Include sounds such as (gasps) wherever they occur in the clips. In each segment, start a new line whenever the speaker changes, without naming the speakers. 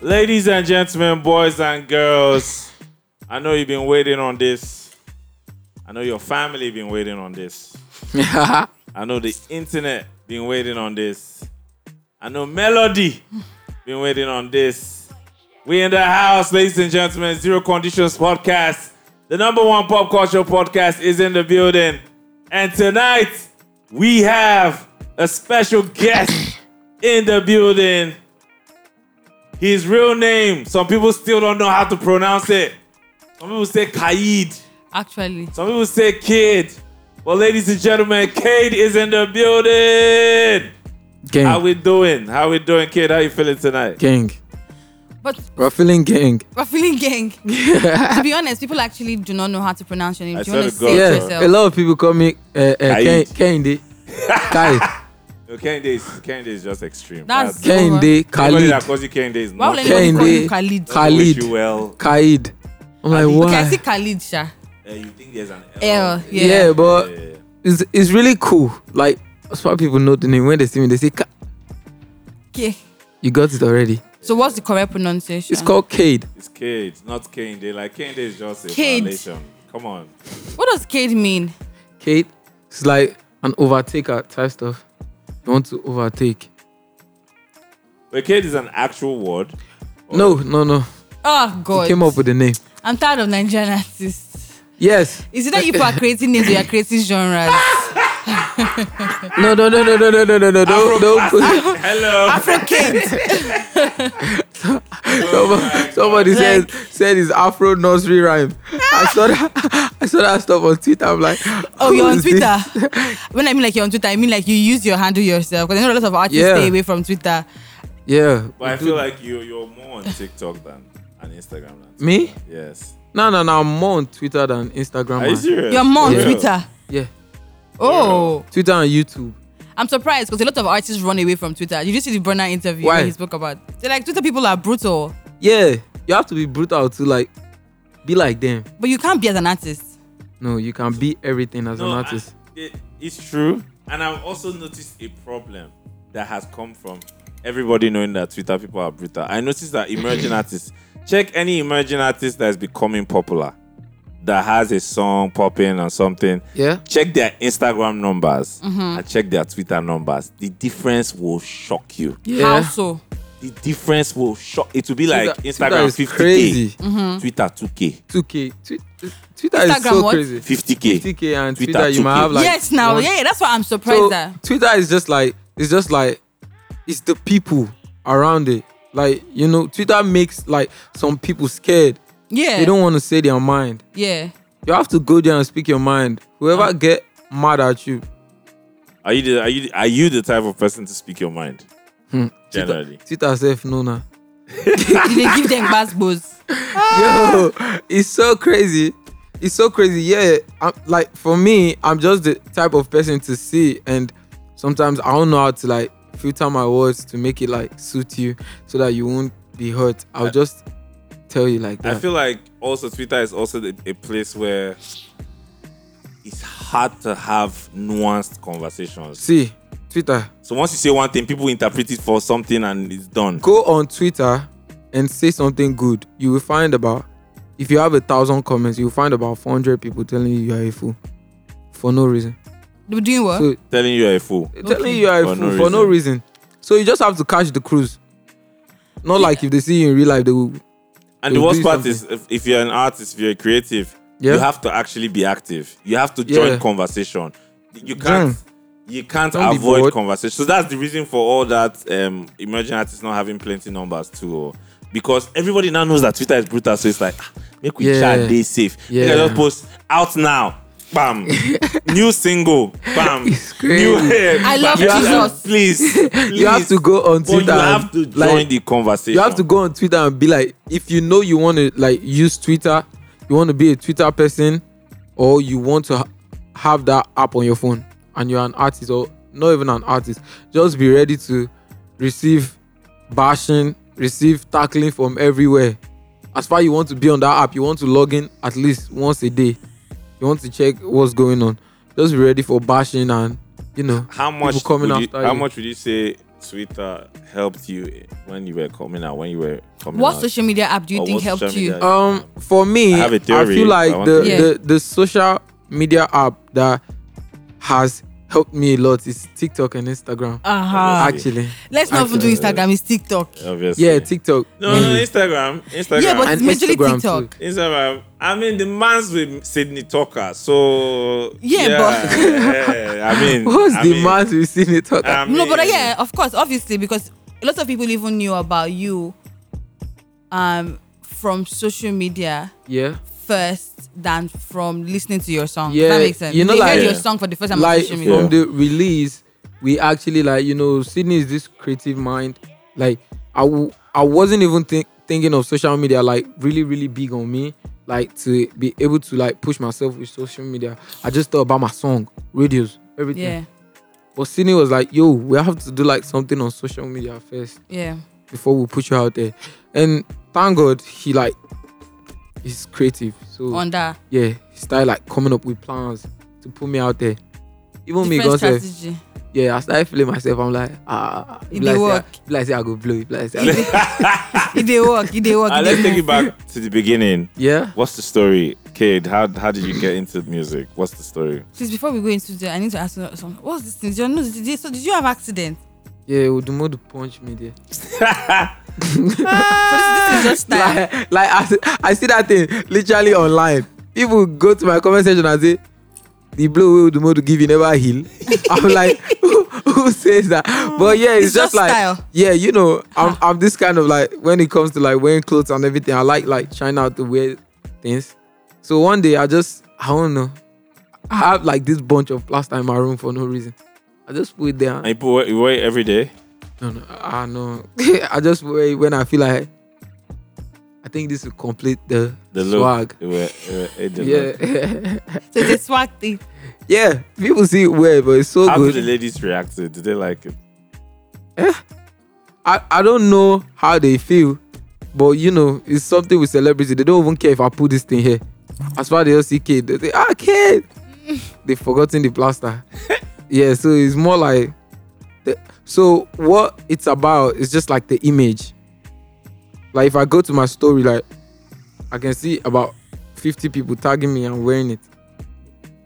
Ladies and gentlemen, boys and girls, I know you've been waiting on this. I know your family been waiting on this. I know the internet been waiting on this. I know Melody been waiting on this. We in the house, ladies and gentlemen. Zero Conditions Podcast, the number one pop culture podcast, is in the building. And tonight we have a special guest in the building. His real name, some people still don't know how to pronounce it. Some people say Kaid.
Actually,
Some people say kid. Well, ladies and gentlemen, Cade is in the building.
(laughs) Gang.
How we doing? How we doing, kid? How you feeling tonight?
gang.
but
We're feeling gang.
we're feeling gang. to be honest, people actually do not know how to pronounce your name.
I
do you want to
swear to
say
God,
it
yeah.
yourself?
A lot of people call me uh, uh, Ken-
Kaid.
Kende. Kai.
No, Kane Day is, Kane Day is just extreme.
That's- (laughs)
Kende.
everybody that
Khalid.
calls you Kane Day is
Why
not
would
Kane.
anyone call you
Kende.
Khalid?
Doesn't wish
Khalid.
you well.
Kaid. I'm like,
Khalid.
Okay, I see
why?
Khalid, Sha.
Uh, you think there's an L.
L,
Yeah,
yeah.
but
Yeah.
it's, it's really cool. Like, that's why people know the name. When they see me, they say, Ka-
Okay.
You got it already.
So what's the correct pronunciation?
It's called Cade.
It's Cade, not Kane Day. Like Kane Day is just a
Kid.
violation. Come on.
What does Cade mean?
Cade. It's like an overtaker type stuff. You want to overtake.
But Cade is an actual
(laughs)
word.
No, no, no.
Oh God.
He came up with the name.
I'm tired of Nigerian artists.
Yes.
Is it that you people
(laughs)
are creating names or you're creating genres?
Ah, No, no, no, no, no, no, no, no, no. Don't, don't put,
Hello. (laughs)
Somebody, somebody said said his Afro nursery rhyme. I saw that. I saw that stuff on Twitter. I'm like,
Ah! Oh,
who
you're on
is this? (laughs)
Twitter. when I mean like you're on Twitter, I mean like you use your handle yourself. Because I know a lot of artists
Yeah.
stay away from Twitter.
Yeah.
But I feel like you you're more on TikTok than on Instagram. Than
Me?
Twitter. Yes.
No, no, no. I'm more on Twitter than Instagram.
Are you
man.
serious?
You're more on
Yeah.
Twitter.
Yeah,
Oh.
Twitter and YouTube.
I'm surprised because a lot of artists run away from Twitter. Did you see the Brenner interview
Why?
where he spoke about? They're like Twitter people are brutal,
Yeah, you have to be brutal to like be like them.
but you can't be as an artist.
No, you can be everything as an artist.
I- it- it's true. And I've also noticed a problem that has come from everybody knowing that Twitter people are brutal. I noticed that
(coughs)
emerging artists, check any emerging artist that's becoming popular, that has a song popping or something.
yeah. Mm-hmm.
Check their Instagram numbers and check their Twitter numbers. The difference will shock you.
Yeah.
How so?
The difference will shock. It will be like
Twitter- Twitter
Instagram
is
50k,
crazy.
Twitter 2k,
2K. Twi- Twitter is
Instagram
so
what?
crazy.
50k.
50K and
Twitter
Twitter, you might
2K.
have like
yes, now,
one-
yeah, that's why I'm surprised
so
that.
Twitter is just like it's just like it's the people around it. Like you know, Twitter makes like some people scared.
Yeah,
They don't want to say their mind.
yeah.
You have to go there and speak your mind. Whoever get mad at you,
Are you the, are you the- are you the type of person to speak your mind?
Hmm.
Generally,
Twitter self no na. (laughs)
Did they give them buzzwords?
Yo, it's so crazy. It's so crazy. Yeah, I'm, like for me, I'm just the type of person to see, and sometimes I don't know how to like filter my words to make it like suit you, so that you won't be hurt. I'll just tell you like that.
I feel like also Twitter is also the, a place where it's hard to have nuanced conversations.
See, Twitter.
So once you say one thing, people interpret it for something, and it's done.
Go on Twitter and say something good. You will find about if you have a thousand comments, you will find about four hundred people telling you you are a fool for no reason.
They were doing what?
So
Telling you you're a fool.
they're telling you you are a
For no
fool for no reason. So you just have to catch the cruise. Not like if they see you in real life, they will.
And the
They'll
worst
do
part is, if, if you're an artist, if you're a creative,
Yeah.
you have to actually be active. You have to
Yeah.
join conversation. You can't. You can't
Don't be
avoid
bored.
conversation. So that's the reason for all that um, emerging artists not having plenty numbers too, or- because everybody now knows that Twitter is brutal. So it's like, ah, make we
Yeah.
chat, they safe. Yeah. Make I
Yeah.
just post out now,
(laughs)
bam, new single, bam,
It's
new (laughs)
I love
Bam.
Jesus.
Please,
You have to go on
But
Twitter.
you have to
and,
join
like,
the conversation.
you have to go on Twitter and be like, if you know you want to like use Twitter, you want to be a Twitter person, or you want to ha- have that app on your phone, and you're an artist or not even an artist, just be ready to receive bashing, receive tackling from everywhere. As far you want to be on that app, you want to log in at least once a day. You want to check what's going on. Just be ready for bashing and you know
how much
people coming
would you,
after
how
you.
much would you say Twitter helped you when you were coming out, when you were coming
What
out?
social media app do you
Or
think
what
helped
social
you?
media-
Um, for me,
I
I,
have a theory,
feel like
I want
the,
to-
Yeah.
the the social media app that has helped me a lot is TikTok and Instagram.
Uh huh.
Obviously.
Actually,
Let's not even do
Actually,
Instagram. It's TikTok.
Obviously.
yeah, TikTok. Mm.
No, no,
mainly.
Instagram. Instagram.
Yeah, but
And
it's majorly
Instagram
TikTok.
too.
Instagram. I mean, the man's with Sydney Tucker, so
Yeah, but-
yeah, I mean,
(laughs) What's
I
the
mean, um,
man we've seen it talk?
I
No, but uh,
mean,
yeah, of course, obviously, because a lot of people even knew about you um from social media
yeah,
first than from listening to your song.
Yeah,
Does that makes sense.
you know,
they
like-
heard your
Yeah.
song for the first time on
like
social
from
media.
Yeah.
the release, we actually like you know Sydney is this creative mind. Like I w- I wasn't even think- thinking of social media like really really big on me. Like to be able to like push myself with social media, I just thought about my song, radios, everything.
Yeah,
But Sydney was like, yo, we have to do like something on social media first
yeah.
before we put you out there. And thank God he like he's creative. So
On that
yeah, he started like coming up with plans to put me out there. Even me, God
different
said,
strategy.
yeah, I started feeling myself. I'm like, ah,
It
if like
dey
say I-
work.
if like say I go blow, if like
(laughs)
say I go-
It they work, it they work.
Ah,
it
let's
dey
take it
move.
back to the beginning.
yeah.
What's the story, kid? How how did you get into music? What's the story?
Please, before we go into there, I need to ask you something. What's this thing? Did you know, did you, so did you have accident?
Yeah, Udumodu punched me there.
this is just style.
(laughs) Like, like I, see- I see that thing literally online. People go to my comment section and say, the blow the Udumodu give you never heal. (laughs) I'm like, who, who says that? But yeah, Mm. it's,
It's
just,
just
like,
style.
yeah, you know, I'm, I'm this kind of like, when it comes to like wearing clothes and everything, I like like trying out to wear things. So one day I just, I don't know, I have like this bunch of plaster in my room for no reason. I just put it there. and-
And you put you wear it every day.
no, no, (laughs) I know. I just wait when I feel like I think this will complete the,
The look.
swag.
You wear, you wear it the look.
Yeah,
So it's a swag thing.
(laughs) yeah. People see it weird, but it's so
How did the
good.
ladies react to it? Did they like it?
I, I don't know how they feel, but you know, it's something with celebrity. They don't even care if I put this thing here. As far as they just see kid, they say, ah, kid. they forgotten the plaster. yeah, so it's more like. The, so what it's about is just like the image. Like if I go to my story, like I can see about 50 people tagging me and wearing it.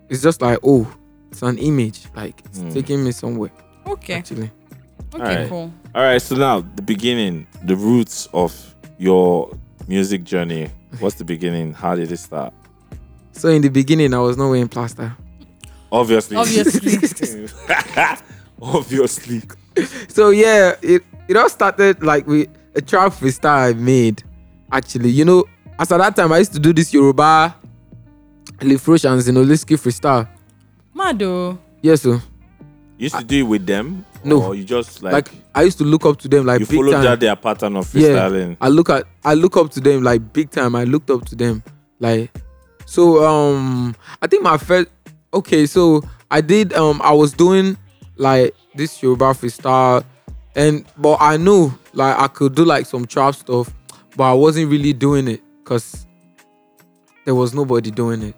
It's just like, oh, it's an image. Like it's
Mm.
taking me somewhere.
Okay.
Actually.
Okay,
Alright.
cool.
All right. So now the beginning, the roots of your music journey. What's the beginning? How did it start?
So in the beginning, I was not wearing plaster.
Obviously.
Obviously.
(laughs) Obviously.
So yeah, it it all started like with a trap freestyle I made. Actually, you know, as at that time I used to do this Yoruba, Lifrosh and Zinoliski freestyle.
Mado.
Yes, so
You used to do it with them?
No.
Or you just like,
like, I used to look up to them like
you
big
followed
time.
that their pattern of
yeah,
freestyling.
I look at I look up to them like big time. I looked up to them like so. Um, I think my first okay. So I did. Um, I was doing like this Yoruba freestyle, and but I knew like I could do like some trap stuff, but I wasn't really doing it because there was nobody doing it.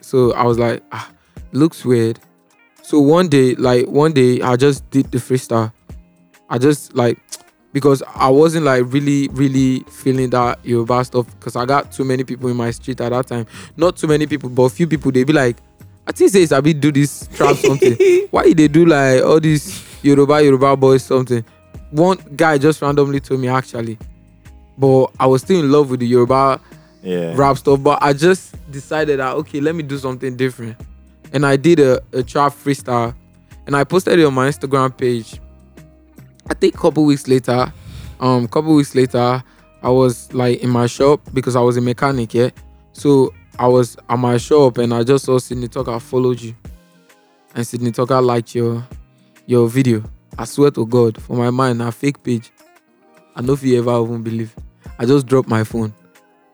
So I was like, ah, looks weird. So one day, like one day, I just did the freestyle. I just like because I wasn't like really, really feeling that Yoruba stuff because I got too many people in my street at that time. Not too many people, but a few people. They be like, I think say Sabi do this trap something. Why they do like all these Yoruba Yoruba boys something? One guy just randomly told me actually, but I was still in love with the Yoruba
Yeah.
rap stuff, but I just decided that okay, let me do something different. And I did a, a trap freestyle and I posted it on my Instagram page. I think a couple weeks later, um, couple weeks later, I was like in my shop because I was a mechanic, yeah. So I was at my shop and I just saw Sydney Tucker followed you. And Sydney Tucker liked your your video. I swear to God, for my mind, a fake page. I know if you ever even believe. I just dropped my phone.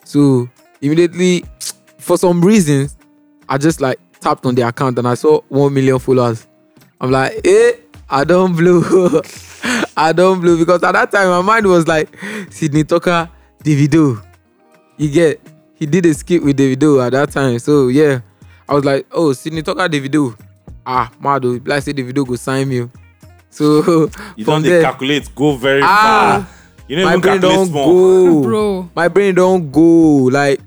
So immediately, for some reasons, I just like tapped on the account and I saw one million followers. I'm like, eh, I don't blow. (laughs) I don't blow because at that time my mind was like Sydney Tucker, Davido. You get he did a skit with Davido at that time. So yeah. I was like, oh, Sydney Tucker, Davido. Ah, Mado, if like say Davido go sign me. oh. So (laughs)
You don't
from there,
dey calculate, go very
Ah,
far. You don't
my
even
brain
calculate
don't
small.
go.
(laughs) Bro.
My brain don't go. Like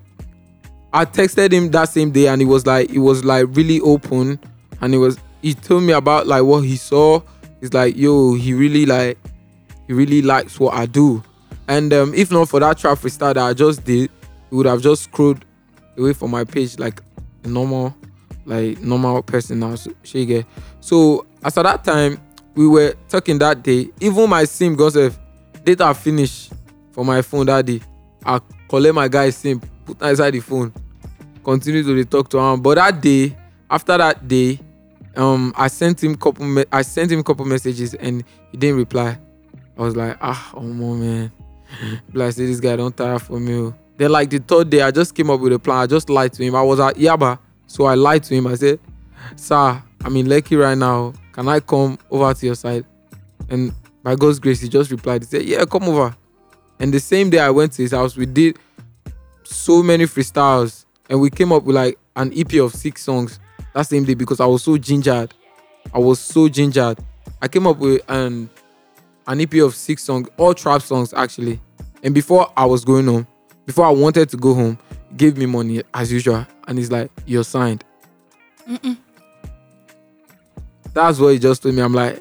I texted him that same day and he was like it was like really open and he was he told me about like what he saw. He's like, yo, he really like he really likes what I do. And um, if not for that traffic star that I just did, he would have just scrolled away from my page like a normal, like normal person now. So, shey you get. so as at that time, we were talking that day. Even my sim gossip data finish for my phone that day. I collect my guy sim, put am inside the phone, continue to dey talk to am. But that day, after that day, um, I sent him couple. Me- I sent him couple messages and he didn't reply. I was like, ah, oh man. (laughs) Like, say this guy don't tire for me. oh." Then like the third day, I just came up with a plan. I just lied to him. I was at Yaba, so I lied to him. I said, sir, I'm in Lekki right now. Can I come over to your side? And by God's grace, he just replied. He said, yeah, come over. And the same day I went to his house, we did so many freestyles, and we came up with like an EP of six songs that same day because I was so gingered. I was so gingered. I came up with an an EP of six songs, all trap songs actually. And before I was going home, before I wanted to go home, he gave me money as usual, and he's like, "You're signed." That's what he just told me. I'm like,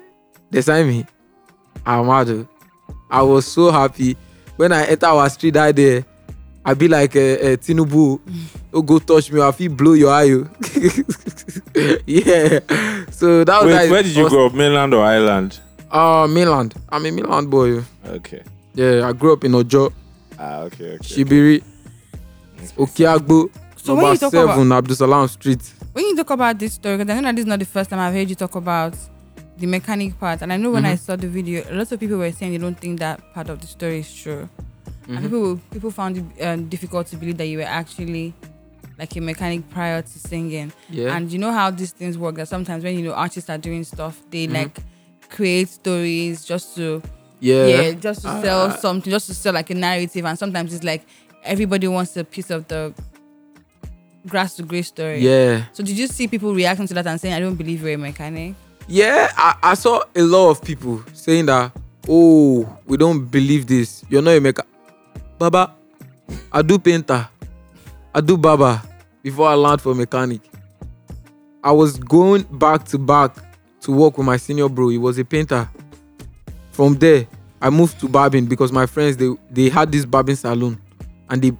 "They signed me." I'm out. oh. I was so happy when I enter our street that day. I be like uh, uh, Tinubu, oh go touch me, I feel blow your eye. oh." (laughs) yeah. So that was
Wait,
like,
where did you
was-
grow up? Mainland or island?
Uh, Mainland. I'm a Mainland boy. oh.
Okay.
Yeah, I grew up in Ojo,
Ah, okay, okay.
Shibiri, Okiagbo,
So when
number
you talk about-
seven, Abdul Salam Street.
when you talk about this story, because I know that this is not the first time I've heard you talk about the mechanic part, and I know when
Mm-hmm.
I saw the video, a lot of people were saying they don't think that part of the story is true, and
Mm-hmm.
people will- people found it um, difficult to believe that you were actually like a mechanic prior to singing.
Yeah.
And you know how these things work. That sometimes when you know artists are doing stuff, they
Mm-hmm.
like create stories just to
yeah.
yeah, just to sell
Uh,
something, just to sell like a narrative. And sometimes it's like everybody wants a piece of the grass to gray story.
Yeah.
So did you see people reacting to that and saying, "I don't believe you're a mechanic"?
Yeah, I, I saw a lot of people saying that, oh, we don't believe this. You're not a maker. Baba, I do painter. I do barber before I learned for mechanic. I was going back to back to work with my senior bro. He was a painter. From there, I moved to barbing because my friends they they had this barbing salon and they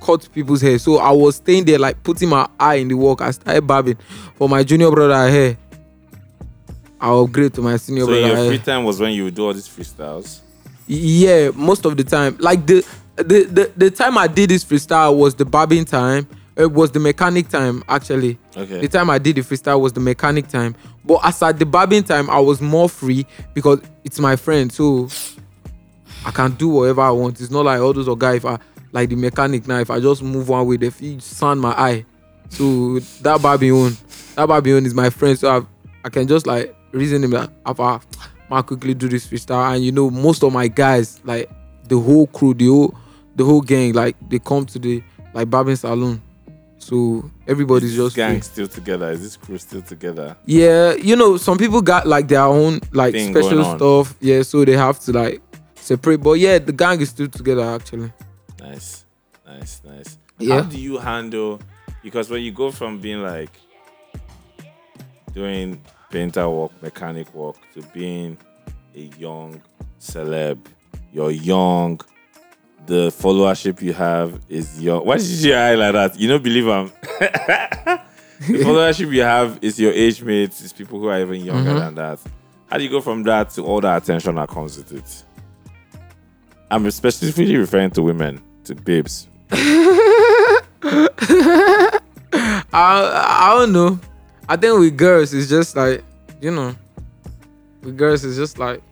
cut people's hair. So I was staying there like putting my eye in the work. I started barbing for my junior brother hair. I upgrade to my senior
So
brother
your
hair.
free time was when you would do all these freestyles.
Yeah, most of the time. Like the the the, the time I did this freestyle was the barbing time. It was the mechanic time actually.
Okay.
The time I did the freestyle was the mechanic time. But as at the barbing time, I was more free because it's my friend, so I can do whatever I want. It's not like all those guys if I like the mechanic now. If I just move one way, they feel sand my eye. So that barbing one, that barbing one is my friend. So I've, I can just like reason him that if I might quickly do this freestyle. And you know, most of my guys, like the whole crew, the whole the whole gang, like they come to the like barbing salon. So everybody's
Is this
just
gang
free.
still together? Is this crew still together?
Yeah, you know, some people got like their own like
Thing
special
going on.
stuff. Yeah, so they have to like separate. But yeah, the gang is still together actually.
Nice, nice, nice.
Yeah.
How do you handle? Because when you go from being like doing painter work, mechanic work, to being a young celeb, you're young. The followership you have is your. Why did you eye like that? You don't believe I'm. (laughs) the followership you have is your age mates, is people who are even younger than that. How do you go from that to all the attention that comes with it? I'm specifically referring to women, to babes.
I I don't know. I think with girls it's just like you know, with girls it's just like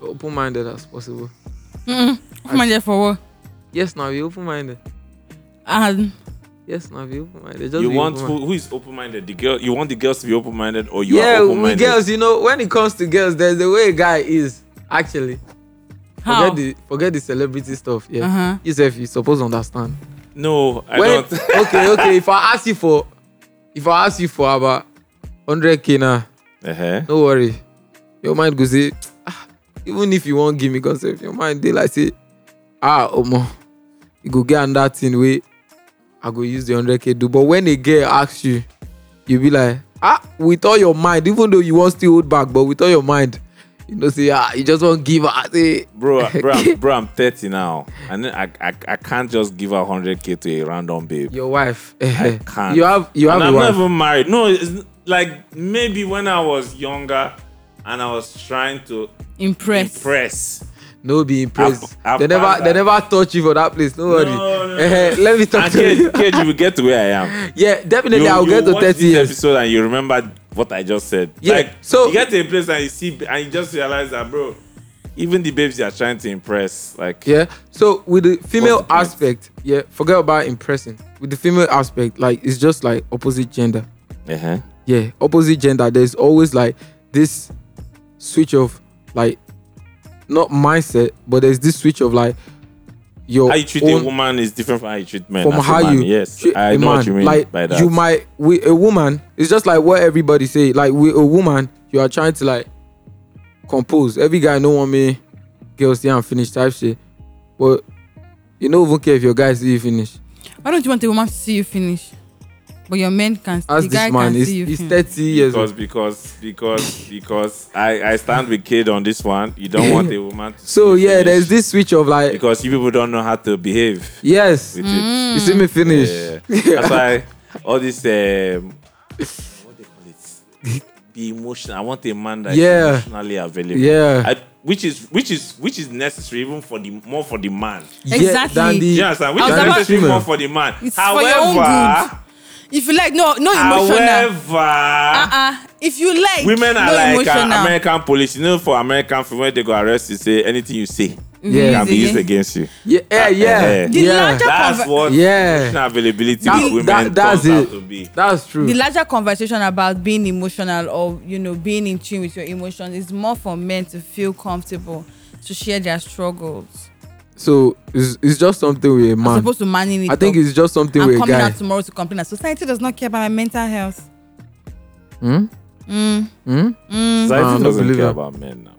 open minded as possible. Mm-hmm.
(laughs) Come on, there for what?
Yes, now be open minded.
And
Yes, now be open minded.
You want who, who is open-minded? The girl. You want the girls to be open-minded, or you
yeah,
are
with
open-minded?
girls, you know, when it comes to girls, there's the way a guy is actually.
how?
Forget the forget the celebrity stuff. Yeah,
Uh-huh.
yourself, you supposed to understand.
No, I
When-
don't.
(laughs) okay, okay. If I ask you for, if I ask you for about hundred k now,
uh-huh.
no worry. your mind go say, ah, even if you won't give me concept, your mind they like say, ah, omo, you go get on that thing way, I go use the 100k do. But when a girl asks you, you be like, ah, with all your mind, even though you won't still hold back, but with all your mind, you know, say, ah, you just won't give her, say,
Bro, bro,
(laughs)
I'm, bro, I'm 30 now. And then I, I, I can't just give out 100k to a random babe.
your wife. (laughs)
I can't.
You have, you have
and
a
I'm
wife.
not even married. No, it's like maybe when I was younger and I was trying to
Impressed.
impress.
no be impressed.
I've- I've
they never
passed
they
that.
never touch you for that place. No worry.
no, no.
Eh, let me talk
And
to you.
Cage, Cage, you will get to where I
(laughs)
am.
Yeah, definitely
You-
I'll
you
get to
watch
30
this
years.
episode and you remember what I just said.
Yeah,
Like,
so-
you get to a place and you see and you just realize that, bro, even the babes you are trying to impress, like
Yeah. So with the female
the point?
aspect, yeah, forget about impressing. With the female aspect, like it's just like opposite gender.
uh-huh.
Yeah, opposite gender. There's always like this switch of like not mindset, but there's this switch of like your
how you treat
own,
a woman is different from how you treat men.
from
as a
how
man.
you
yes,
treat
I
a
know
man.
what you mean
like
by that.
you might with a woman it's just like what everybody say like with a woman you are trying to like compose every guy no want me girls say i'm finished type shit but you don't even care if your guy see you finish
Why don't you want a woman to see you finish? But your men can.
as
the guy
this man
can
is
see you
he's
finish.
30 years
because
old
because because because I I stand with kid on this one. You
(laughs)
don't want a woman. To
so
be
yeah there's
finished
this switch of like
because you people don't know how to behave
yes
with
Mm.
you see me finish
it. Yeah. That's why all this um, what they call it. Be emotional. I want a man that is
Yeah.
emotionally available.
Yeah.
I, which is which is which is necessary even for the more for the man.
Yeah,
Exactly.
than the-
Do you understand? Which
I
is
was about-
necessary
Female.
more for the man.
It's for your own
however,
If you like, no, no emotional.
however,
uh-uh. If you like,
women
no
are like uh,
emotional.
American police. You know, for American film, when they go arrest, you say anything you say
Yeah.
can be used
again.
against you.
yeah
Ah,
yeah yeah,
The
The larger
That's
conver-
what
Yeah.
emotional availability
That-
with women
that- that's
turns out
it.
to be.
that's true
the larger conversation about being emotional or you know being in tune with your emotions is more for men to feel comfortable to share their struggles
so it's, it's just something with a
as
man
opposed to manning it
i think
up.
it's just something
i'm
with a
coming
guy
out tomorrow to complain that society does not care about my mental health
Hmm?
Mm,
Hmm? I
Society
don't
doesn't
believe
care
that.
about men now.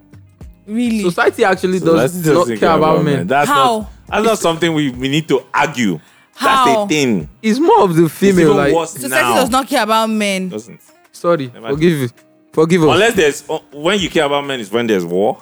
really
society actually does
Society
not care, about, men.
That's
How?
not. That's not something we, we need to argue. That's
How?
a thing.
It's more of the
It's
female.
even
Like,
worse
society
now.
does not care about men
Doesn't.
sorry,
Never
forgive, forgive us.
Unless there's uh, when you care about men is when there's war.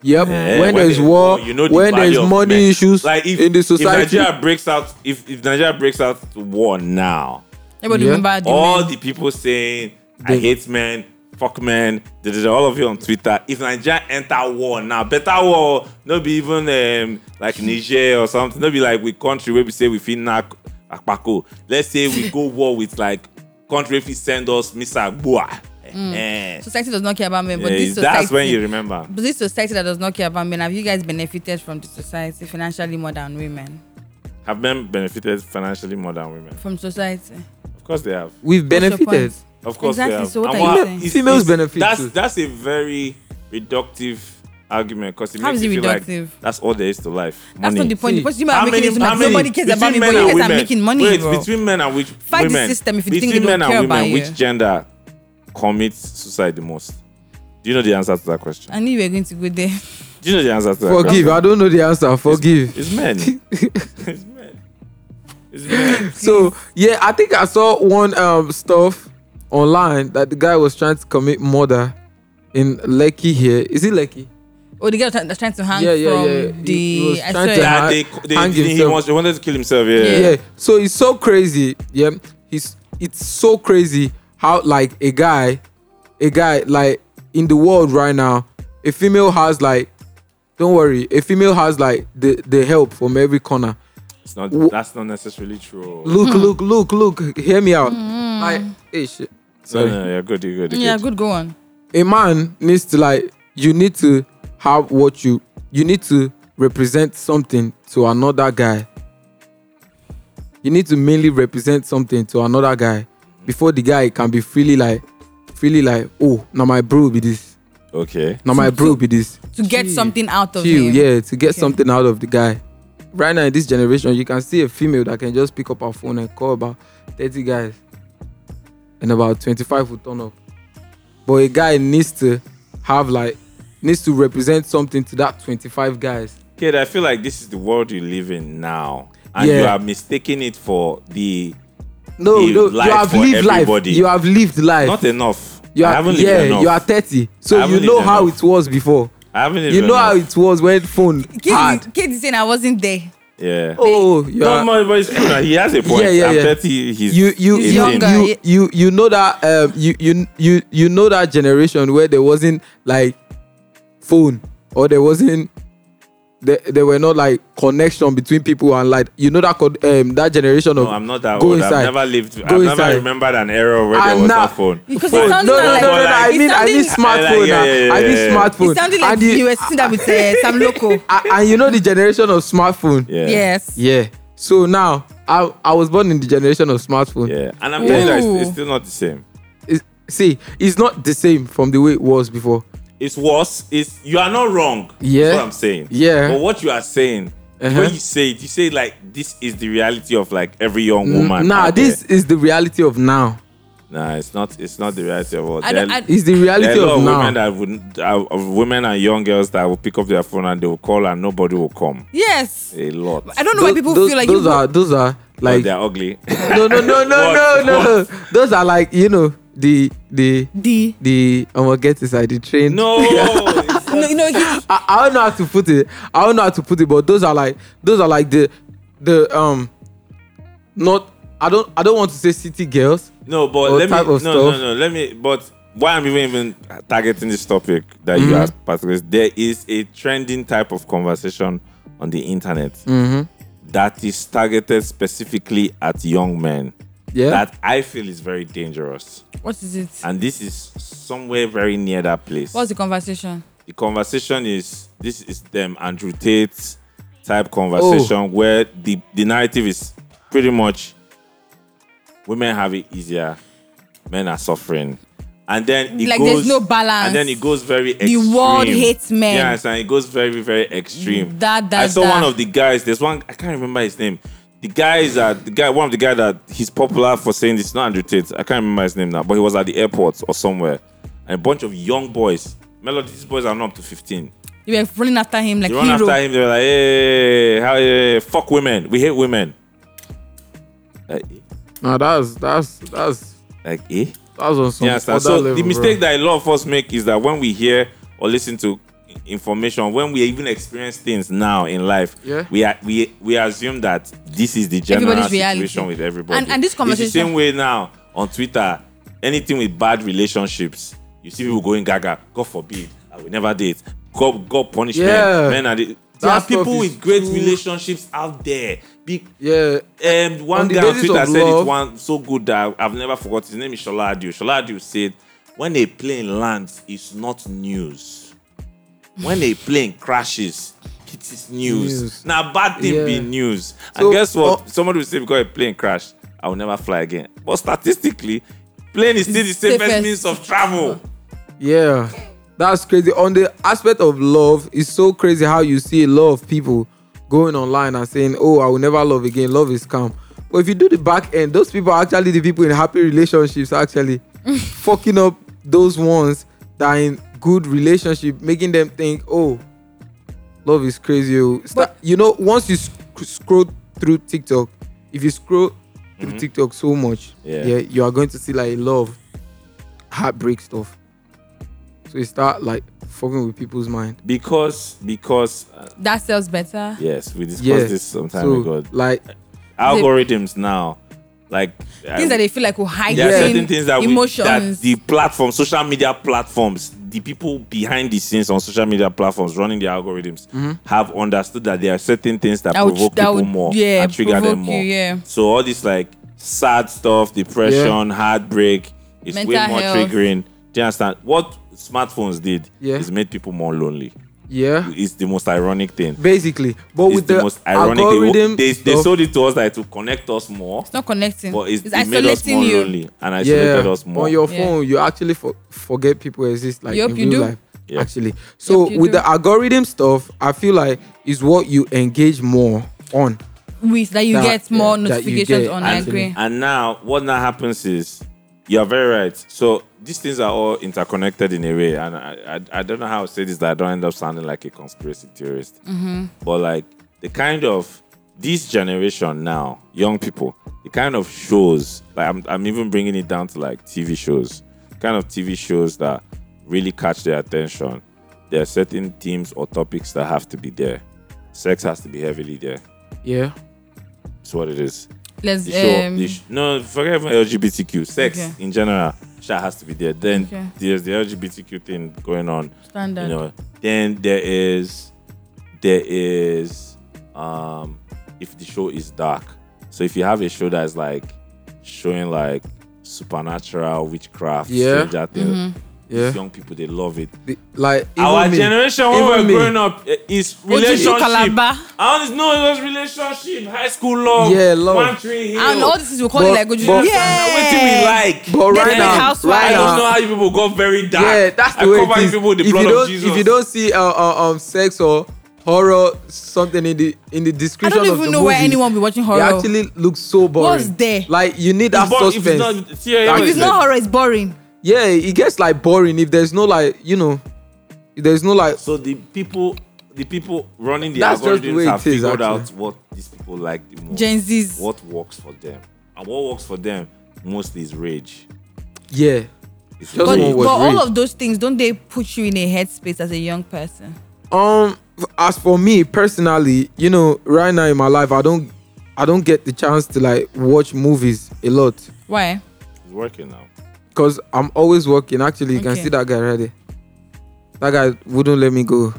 yep.
Yeah,
when there's war,
oh, you know the
when there's
value of
money
men.
issues
like if,
in the society,
If Nigeria breaks out, if, if Nigeria breaks out to war now,
everybody
Yeah.
remember the
all
men.
the people saying I
They-
hate men, fuck men, da- da- da, all of you on Twitter. If Nigeria enter war now, better war, no be even um, like Niger or something. No be like with country where we say we fit knock Akpako. Let's say we
(laughs)
go war with like country if we send us missile boa. Eh, eh.
society does not care about men Mm. but
Eh,
this society
that's when you remember.
but this society that does not care about men have you guys benefited from the society financially more than women
Have men benefited financially more than women?
from society
Of course they have.
we've
What's your
benefited.
point?
Of course,
Exactly,
They have.
so what
And
are you
what-
saying?
it's-
Females
it's-
benefit
That's
too.
that's a very reductive argument because it
How
makes
is it
you feel
reductive?
like that's all there is to life.
That's not
Money.
the point.
See,
The point you are making is that nobody cares
between
about me,
men
but you
and
guys are
women-
making money.
Wait,
bro.
between men and which
Fight the
women?
system if you think
between
they don't
men and
care
women,
about
which
you.
gender commits suicide the most? Do you know the answer to that question?
I knew you were going to go there.
Do you know the answer to that
Forgive. I
question?
don't know the answer. Forgive.
It's
(laughs)
men. it's men. It's men.
so yeah, I think I saw one um stuff online that the guy was trying to commit murder in Lekki. Here is it Lekki?
Oh, the girl tra- that's trying to hang
Yeah, yeah,
from
yeah. He-
the.
he was
I
trying
saw
to hang-
it.
Yeah, they, they,
hang
he,
himself.
wants, he wanted to kill himself.
Yeah.
yeah. So it's so crazy. Yeah. He's it's so crazy how like a guy, a guy like in the world right now, a female has like, don't worry, a female has like the the help from every corner.
It's not,
Wh-
that's not necessarily true.
Look, look, look, look. Hear me out. Like, hey, shit.
No,
Sorry.
no, yeah, good, you're good, you're
Yeah,
good.
good, go on.
A man needs to like. You need to have what you. You need to represent something to another guy. You need to mainly represent something to another guy before the guy can be freely like, freely like, oh, now my bro be this.
Okay.
Now my bro be this.
To get
Chill.
something out of
Chill,
him.
yeah, to get
Okay.
something out of the guy. Right now in this generation, you can see a female that can just pick up her phone and call about 30 guys, and about 25 will turn up. But a guy needs to have like needs to represent something to that 25 guys.
Kid, I feel like this is the world you live in now. And
Yeah.
you are mistaking it for the
No,
Live
no,
life
you have
for
lived
everybody.
life. You have lived life.
not enough.
you
I
are,
haven't lived
yeah,
enough.
you are 30.
I
So
haven't
you
lived
know how
enough.
it was before.
I haven't lived
You know
enough.
how it was when phone hard.
Kid, kid is saying I wasn't there.
Yeah.
Oh, you
No,
are,
but- but it's true. that He has a point.
Yeah, yeah,
I'm
yeah.
30. He's
you you
He's
he's
you,
younger.
you you you know that um you you you you know that generation where there wasn't like phone or there wasn't there, there were not like connection between people and like you know that con- um that generation of
No, I'm not that
go
old.
inside.
I've never lived. I've
Go
never
inside.
remembered an era where there
And
was
now-
that phone.
Because
But-
it
no,
sounds
no,
like-
no, no, no, I
it
mean, I mean
sounded-
smartphone.
Yeah, yeah, yeah,
I mean
yeah, yeah.
smartphone.
It sounded like
and
you were sitting there
(laughs)
with uh, some local.
and- and you know the generation of smartphone.
Yeah.
Yes.
Yeah. So now I I was born in the generation of smartphone.
Yeah. And I'm telling you, that it's, it's
Ooh.
still not the same.
It's- see, it's not the same from the way it was before.
It's worse. It's you are not wrong.
Yeah.
That's what I'm saying.
Yeah.
But what you are saying,
Uh-huh.
when you say it, you say like this is the reality of like every young
N-
woman.
Nah,
out
this is the reality of now.
there. Nah, it's not. It's not the reality of all.
I
There-
don't- I-
It's the
There are
reality
a lot
of
of
now.
women that would, uh, of women and young girls that will pick up their phone and they will call and nobody will come.
Yes.
A lot.
I don't know why
Those-
people
those,
feel like
those
you.
are those are
But
like
they're
(laughs)
ugly.
no no no no no
What?
no. Those are like you know the the
D.
the I'm gonna get inside the train.
no. it's
No, you (gasps) know, he-
I, I don't know how to put it. I don't know how to put it, but those are like those are like the the um not I don't I don't want to say city girls.
No, but
or
let me
type
no,
of
no
stuff.
no let me but why I'm even even targeting this topic that you
Mhm.
asked particularly there is a trending type of conversation on the internet
Mm-hmm.
that is targeted specifically at young men
Yeah.
that I feel is very dangerous.
what is it?
And this is somewhere very near that place.
What's the conversation?
the conversation is this is them Andrew Tate type conversation
Oh.
where the, the narrative is pretty much women have it easier, men are suffering. And then it
Like
goes,
there's no balance.
And then it goes very
The
extreme.
world hates men.
Yes, and it goes very, very extreme.
That- that-
I saw
that.
one of the guys, there's one I can't remember his name. The guys that the guy, one of the guy that he's popular for saying this, not Andrew Tate. I can't remember his name now, but he was at the airport or somewhere. And a bunch of young boys. Melody, these boys are not up to 15.
You were running after him like
They run
hero.
after him. They were like, "Hey, how? eh, fuck women. We hate women." Like,
No, that's that's that's
like eh?
that's on some
You
other
understand? So
level.
the
bro.
mistake that a lot of us make is that when we hear or listen to i- information, when we even experience things now in life,
Yeah.
we are, we we assume that this is the general
Everybody's reality.
situation with everybody.
And- and this
it's the
conversation-
same way now on Twitter. Anything with bad relationships, you see people going gaga. God forbid, I will never date. God, God punish
Yeah.
men. Men are the, there
That
are
stuff
people
is
with great
too-
relationships out there. Big
yeah.
um, one
On the
guy on
basis
Twitter
of
said it
love-
one so good that I've never forgot. His name is Shola Adio. Shola Adio said, "When a plane lands, it's not news. When a plane crashes, it is news.
News.
Now bad thing be
Yeah.
news.
So,
and guess what?
oh-
Somebody will say because a plane crashed, I will never fly again. But statistically, plane is still the safest,
Safest.
means of travel.
Yeah, that's crazy. On the aspect of love, it's so crazy how you see a lot of people going online and saying, "Oh, I will never love again. Love is calm." But if you do the back end, those people are actually the people in happy relationships actually fucking up those ones that are in good relationship, making them think, "Oh, love is crazy." oh." Sta-
But-
you know, once you sc- scroll through TikTok, if you scroll through TikTok so much,
Yeah.
yeah, you are going to see like love heartbreak stuff. So it start like fucking with people's mind.
Because because uh,
That sells better.
yes, we discussed
Yeah.
this some time
so,
ago.
Like
Algorithms now, like
Things that they feel like will hide
there are
their
certain things that we that
emotions.
the platform social media platforms the people behind the scenes on social media platforms running the algorithms
Mm-hmm.
have understood that there are certain things that,
That would-
provoke
that
people
would-
more
yeah,
and trigger them
provoke
more
you, yeah.
so all this like sad stuff depression heartbreak is way
Mental
more
health.
triggering do you understand what smartphones did
Yeah.
is made people more lonely
yeah,
it's the most ironic thing
basically. But
it's
with the,
the, most ironic
algorithm,
thing they, they
stuff,
sold it to us that it will connect us more
it's not connecting.
but it's,
it's
it made us more
isolating you.
lonely and isolated
yeah,
us more.
on your
Yeah.
phone, you actually for, forget people exist like
Yup,
in real
you do.
life.
Yeah.
Actually, so
Yup, you
with
do.
the algorithm stuff, I feel like is what you engage more on.
With that you
That-
get more
yeah, that you
notifications
get.
on.
(laughs)
I
and,
agree.
and now what now happens is You are very right. So these things are all interconnected in a way, and I, I, I don't know how to say this that I don't end up sounding like a conspiracy theorist. But like the kind of this generation now, young people, the kind of shows like I'm, I'm even bringing it down to like TV shows, kind of TV shows that really catch their attention. There are certain themes or topics that have to be there. Sex has to be heavily there.
Yeah.
It's what it is.
Let's
The show,
um,
the sh- no, forget even LGBTQ. Sex
Okay.
in general, sure has to be there. Then
Okay.
there's the LGBTQ thing going on.
standard.
You know, then there is, there is, um, if the show is dark. So if you have a show that's like showing like supernatural witchcraft,
Yeah.
stranger things,
Mm-hmm.
Yeah.
young people they love it.
The- like even
Our
me,
generation when
even
we're
me.
growing up eh, is
Ojukwu
relationship.
Calabar.
I don't know it was relationship, high school love,
Yeah, love.
One Tree Hill.
And all this is we call
But-
it like Ojuju.
but-
Now, wetin we like.
But
Then
right
the
now,
housewife.
I
right now,
don't know how you people got very dark.
yeah, that's the
I
way
cover
it
you
is.
people with the
if
blood
you don't,
of Jesus.
if you don't see uh, uh, um sex or horror something in the in the
I
description
don't
of the
even know
movie,
where anyone be watching
it
horror.
actually looks so boring.
What's there?
Like you need that
It's bo- if it's
suspense.
not, see, yeah,
Like,
yeah,
if
it's
yeah.
not horror, it's boring.
yeah, it gets like boring if there's no like you know, if there's no like
So the people, the people running the
That's just the way
algorithms have
it is,
figured out
actually.
what these people like the most,
Gen Z's.
what works for them, and what works for them mostly is rage.
yeah.
It's
Just
But,
one
but
word,
all
rage.
of those things, don't they put you in a headspace as a young person?
Um, as for me personally, you know, right now in my life, I don't, I don't get the chance to like watch movies a lot
Why?
It's working now.
because I'm always working. Actually, you
Okay.
can see that guy right there. That guy wouldn't let me go.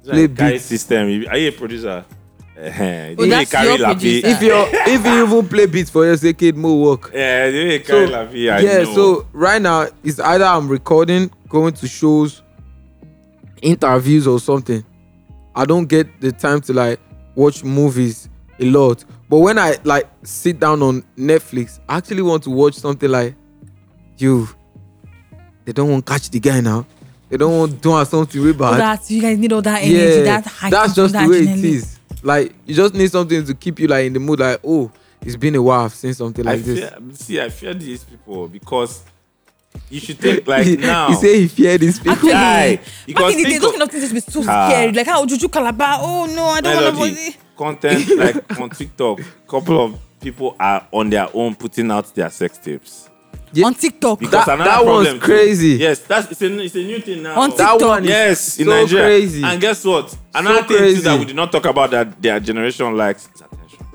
It's
Play
like guy
beat.
system. You- Are you a producer? (laughs) Eh,
Oh,
you
that's
carry
your
lappy.
producer. (laughs)
If you if you even play beats for your kid, more work.
Yeah, you carry lappy, I
yeah,
know.
so right now it's either I'm recording, going to shows, interviews or something. I don't get the time to like watch movies a lot. But when I like sit down on Netflix, I actually want to watch something like you. They don't want to catch the guy now. They don't want to do something real
All
bad.
that you guys need all that energy,
yeah,
that hype,
that's just
that
the way it
adrenaline.
is. Like you just need something to keep you like in the mood. Like oh, it's been a while I've seen something like
I
this.
fear, see, I fear these people because you should take like now.
(laughs) he say he feared these people.
Actually,
guy. You
back
can
in the day,
think
those
of-
kind of things used to be so
Ah.
scary. Like how Juju Calabar, oh no, I don't want
Melody,
to
content
(laughs)
like on TikTok, couple of people are on their own putting out their sex tapes.
Yeah.
On TikTok.
Because
That-
another
that one's
problem too-
crazy.
Yes, that's it's a, it's a new thing now.
On
that
TikTok.
one is
yes, in
so
Nigeria.
crazy.
And guess what? Another thing
crazy.
too that we did not talk about that their generation likes is attention.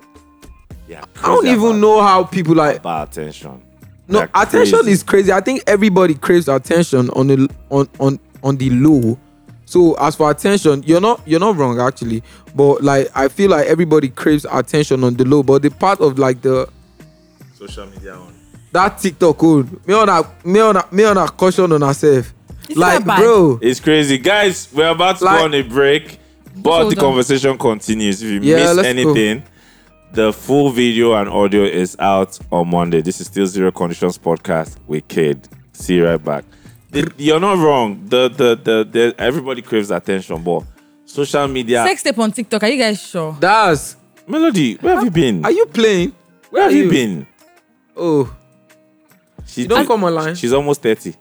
Yeah,
I don't even know how people like.
about attention.
No,
They're
attention
crazy.
is crazy. I think everybody craves attention on the on on on the low. So as for attention, you're not you're not wrong actually, but like I feel like everybody craves attention on the low. But the part of like the
social media on.
that TikTok code, me on a me on a me on a caution on herself.
It's
Like
not bad.
bro,
It's crazy, guys. We're about to
Like-
go on a break, but
Hold
the
on.
conversation continues. If you
Yeah,
miss
let's go.
anything, the full video and audio is out on Monday. This is still Zero Conditions podcast with Kid. See you right back. The- you're not wrong. The, the the the everybody craves attention, but social media.
Sex tape on TikTok. Are you guys sure?
that's
Melody, where have you been?
are you playing?
where have you, been?
Oh,
She
you don't come online.
She's almost thirty.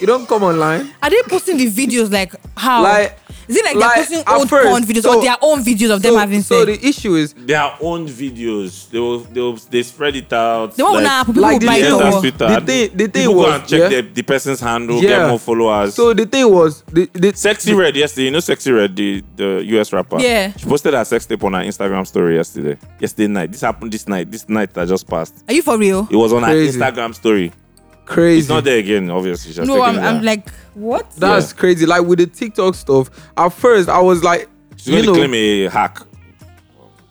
You don't come online.
Are they posting the videos like how?
Like-
is it like,
like,
they're
at
posting old
first,
porn videos
so-
or their own videos of them
So-
having
so
sex?
the issue is
Their own videos. They will they will, they spread it out.
They won't
like-
know people
like
will
the
buy
Yes,
it
no.
that's
all.
Twitter.
The thing- the thing
People go
was-
and check
yeah.
the, the person's handle, get
Yeah.
more followers.
So the thing was, the, the
Sexy
the-
Red yesterday, you know Sexy Red, the, the US rapper.
Yeah.
She posted her sex tape on her Instagram story yesterday. Yesterday night. This happened this night. This night that just passed.
Are you for real?
It was on
Crazy.
her Instagram story.
crazy.
It's not there again, obviously. She has
No,
taken
I'm,
it
I'm
down.
like, what?
That's crazy. Like with the TikTok stuff, at first I was like,
She's
you
going to
know,
claim a hack.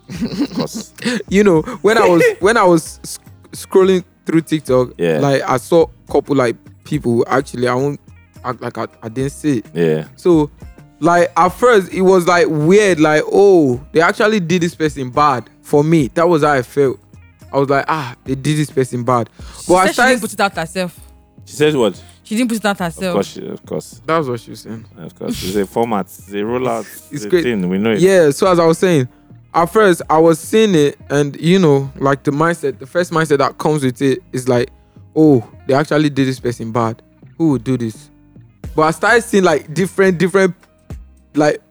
Of
(laughs)
course.
you know,
(laughs)
when I was when I was sc- scrolling through TikTok,
Yeah.
like I saw couple like people actually. I won't act like I, I didn't see it.
yeah.
So, like at first it was like weird. Like oh, they actually did this person bad for me. That was how I felt. I was like ah, they did this person bad. But
She
I
said she didn't
started.
put it out herself.
She says what?
She didn't put it out
Of
herself.
course, she, of course.
That was what she was saying.
Of course. It's a format. It's a rollout. It's,
It's
a
great.
thing. We know it.
yeah so as i was saying at first i was seeing it and you know like the mindset the first mindset that comes with it is like oh they actually did this person bad. Who would do this? But I started seeing like different, different, like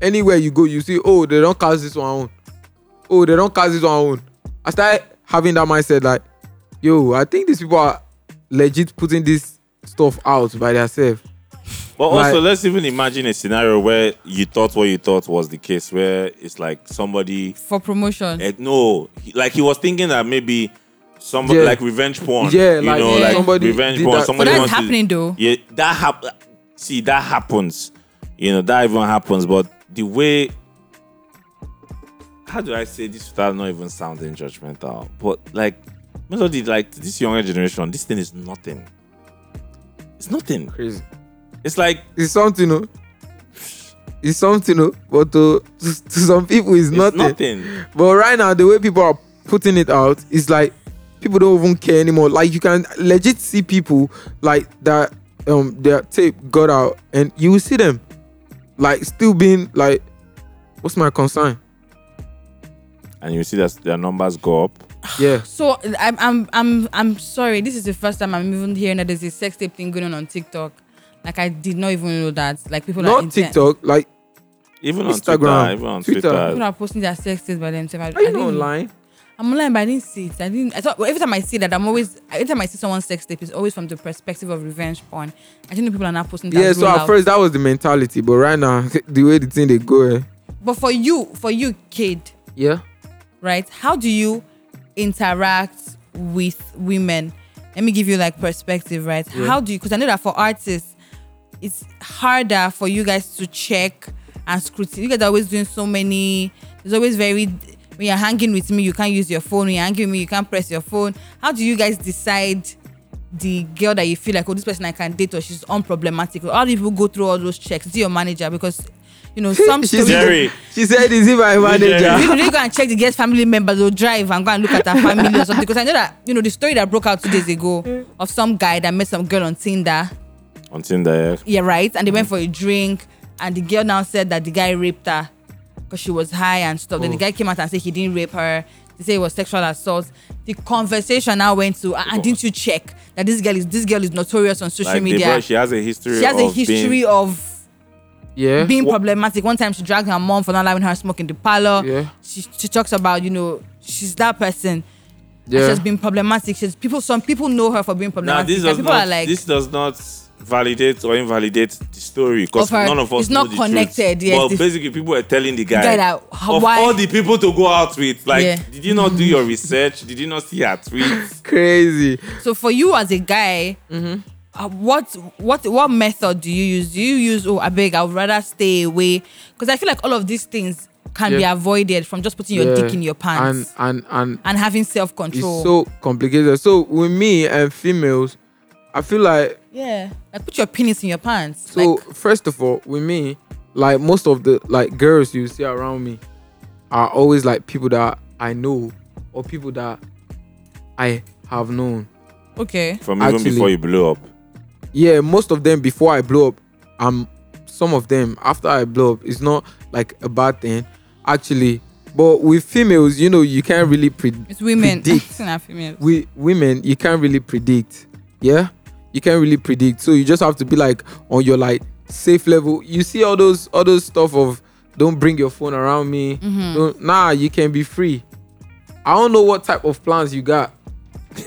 anywhere you go, you see, oh, they don't cast this one on. Oh, they don't cast this one on. I started having that mindset like, yo, I think these people are legit putting this stuff out by themselves.
But
Like-
also, let's even imagine a scenario where you thought what you thought was the case, where it's like somebody,
for promotion.
eh, no, he- like he was thinking that maybe somebody
Yeah.
like revenge porn,
Yeah,
you
like,
know,
yeah.
like
somebody
revenge
did
porn.
that.
Somebody
But that's
wants to-
happening though.
Yeah, that hap- See, that happens. You know, that even happens. But the way, how do I say this without not even sounding judgmental? But like, most of the like this younger generation, this thing is nothing. It's nothing.
Crazy.
It's like
It's something, no. It's something, no. But to, to, to some people, it's,
it's
nothing.
nothing.
But right now, the way people are putting it out is like people don't even care anymore. Like you can legit see people like that um their tape got out and you will see them like still being like what's my (sighs) concern?
and you see that their numbers go up.
Yeah.
So I'm I'm I'm I'm sorry. This is the first time I'm even hearing that there's a sex tape thing going on on TikTok. Like I did not even know that. Like people are
Not
inten-
TikTok, like
Even on
Instagram,
Twitter, even on
Twitter.
Twitter.
People are posting their sex tapes by themselves.
are
I- I
you
didn't-
online?
I'm online, but I didn't see it. I didn't. I thought well, every time I see that, I'm always. Every time I see someone's sex tape, it's always from the perspective of revenge porn. I think people are not posting that.
Yeah, so
roll
at
out.
first that was the mentality, but right now (laughs) the way the thing they go, eh?
But for you, for you, kid,
yeah.
right? How do you interact with women? Let me give you like perspective, right?
Yeah.
How do you? Because I know that for artists, it's harder for you guys to check and scrutiny. You guys are always doing so many. There's always very. When you're hanging with me, you can't use your phone. When you're hanging with me, you can't press your phone. How do you guys decide the girl that you feel like, oh, this person I can date or she's unproblematic? How do people go through all those checks? Is it your manager? Because you know
(laughs)
some
She's-
stories-
Jerry.
She said, "Is it my
you (laughs)
manager?"
really go and check the guest family members or drive and go and look at her family or something because I know that you know the story that broke out two days ago of some guy that met some girl on Tinder
On Tinder, yeah.
yeah right and they went for a drink and the girl now said that the guy raped her because she was high and stuff then the
Oh.
guy came out and said he didn't rape her they say it was sexual assault the conversation now went to and didn't you check that this girl is this girl is notorious on social
like they
media
brought- she has a history.
she has a
of
history
Being,
of
Yeah.
being
Wha-
problematic. One time she dragged her mom for not allowing her smoke in the
(laughs)
parlor.
Yeah.
She, she talks about, you know, she's that person. And
Yeah.
she's been problematic. She's people some people know her for being
now
problematic.
this
and
does
people
not.
are like
this does not validate or invalidate the story because
Of her-
none of us
it's
know
not
the
connected,
Truth.
yes,
Well,
this-
basically, people were telling the guy,
guy that- how-
of
why-
all the people to go out with. Like,
Yeah.
did you not do your research? Did you not see her tweets?
Crazy.
so for you as a guy,
Mm-hmm.
uh, what what what method do you use? Do you use oh I beg I would rather stay away because I feel like all of these things can be
Yeah.
avoided from just putting your
Yeah.
dick in your pants and,
And and and
having self
it's
control.
so complicated. So with me and females, I feel like
yeah, like put your penis in your pants.
so
like,
first of all, with me, like most of the like girls you see around me are always like people that I know or people that I have known.
okay,
From even
Actually-
before you blew up.
Yeah, most of them before I blow up, um some of them after I blow up, it's not like a bad thing, actually. But with females, you know, you can't really predict
it's women.
predict
(laughs) It's not females.
we women you can't really predict yeah you can't really predict so you just have to be like on your like safe level you see all those all those stuff of don't bring your phone around me Don't- nah you can be free i don't know what type of plans you got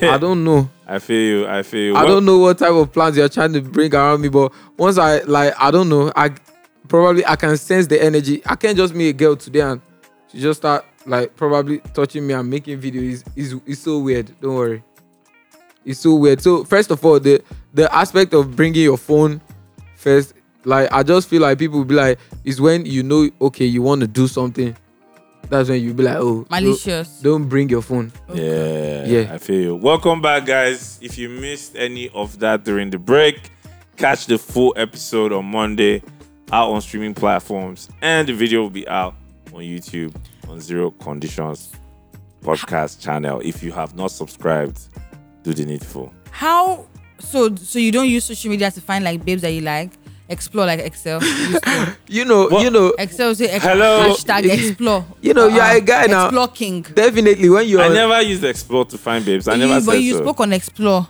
i don't know
I feel you. I feel you.
i
Well,
don't know what type of plans you're trying to bring around me but once i like i don't know i probably i can sense the energy i can't just meet a girl today and she just start like probably touching me and making videos is is so weird don't worry it's so weird so first of all the the aspect of bringing your phone first like i just feel like people will be like it's when you know okay you want to do something that's when you be like oh don't-
malicious.
don't bring your phone
Yeah,
Yeah.
I feel you. Welcome back, guys. If you missed any of that during the break, catch the full episode on Monday out on streaming platforms, and the video will be out on YouTube on Zero Conditions podcast channel. If you have not subscribed, do the needful.
How so? So you don't use social media to find like babes that you like? Explore like
(laughs)
Excel. Use to-
you know
Well,
you know
Excel say ex-
Hello.
hashtag
(laughs)
explore. Uh-uh.
You know, you are a guy now.
Explore king.
definitely when you're
I never used Explore to find babes. I never
you,
said
but you
so.
spoke on explore.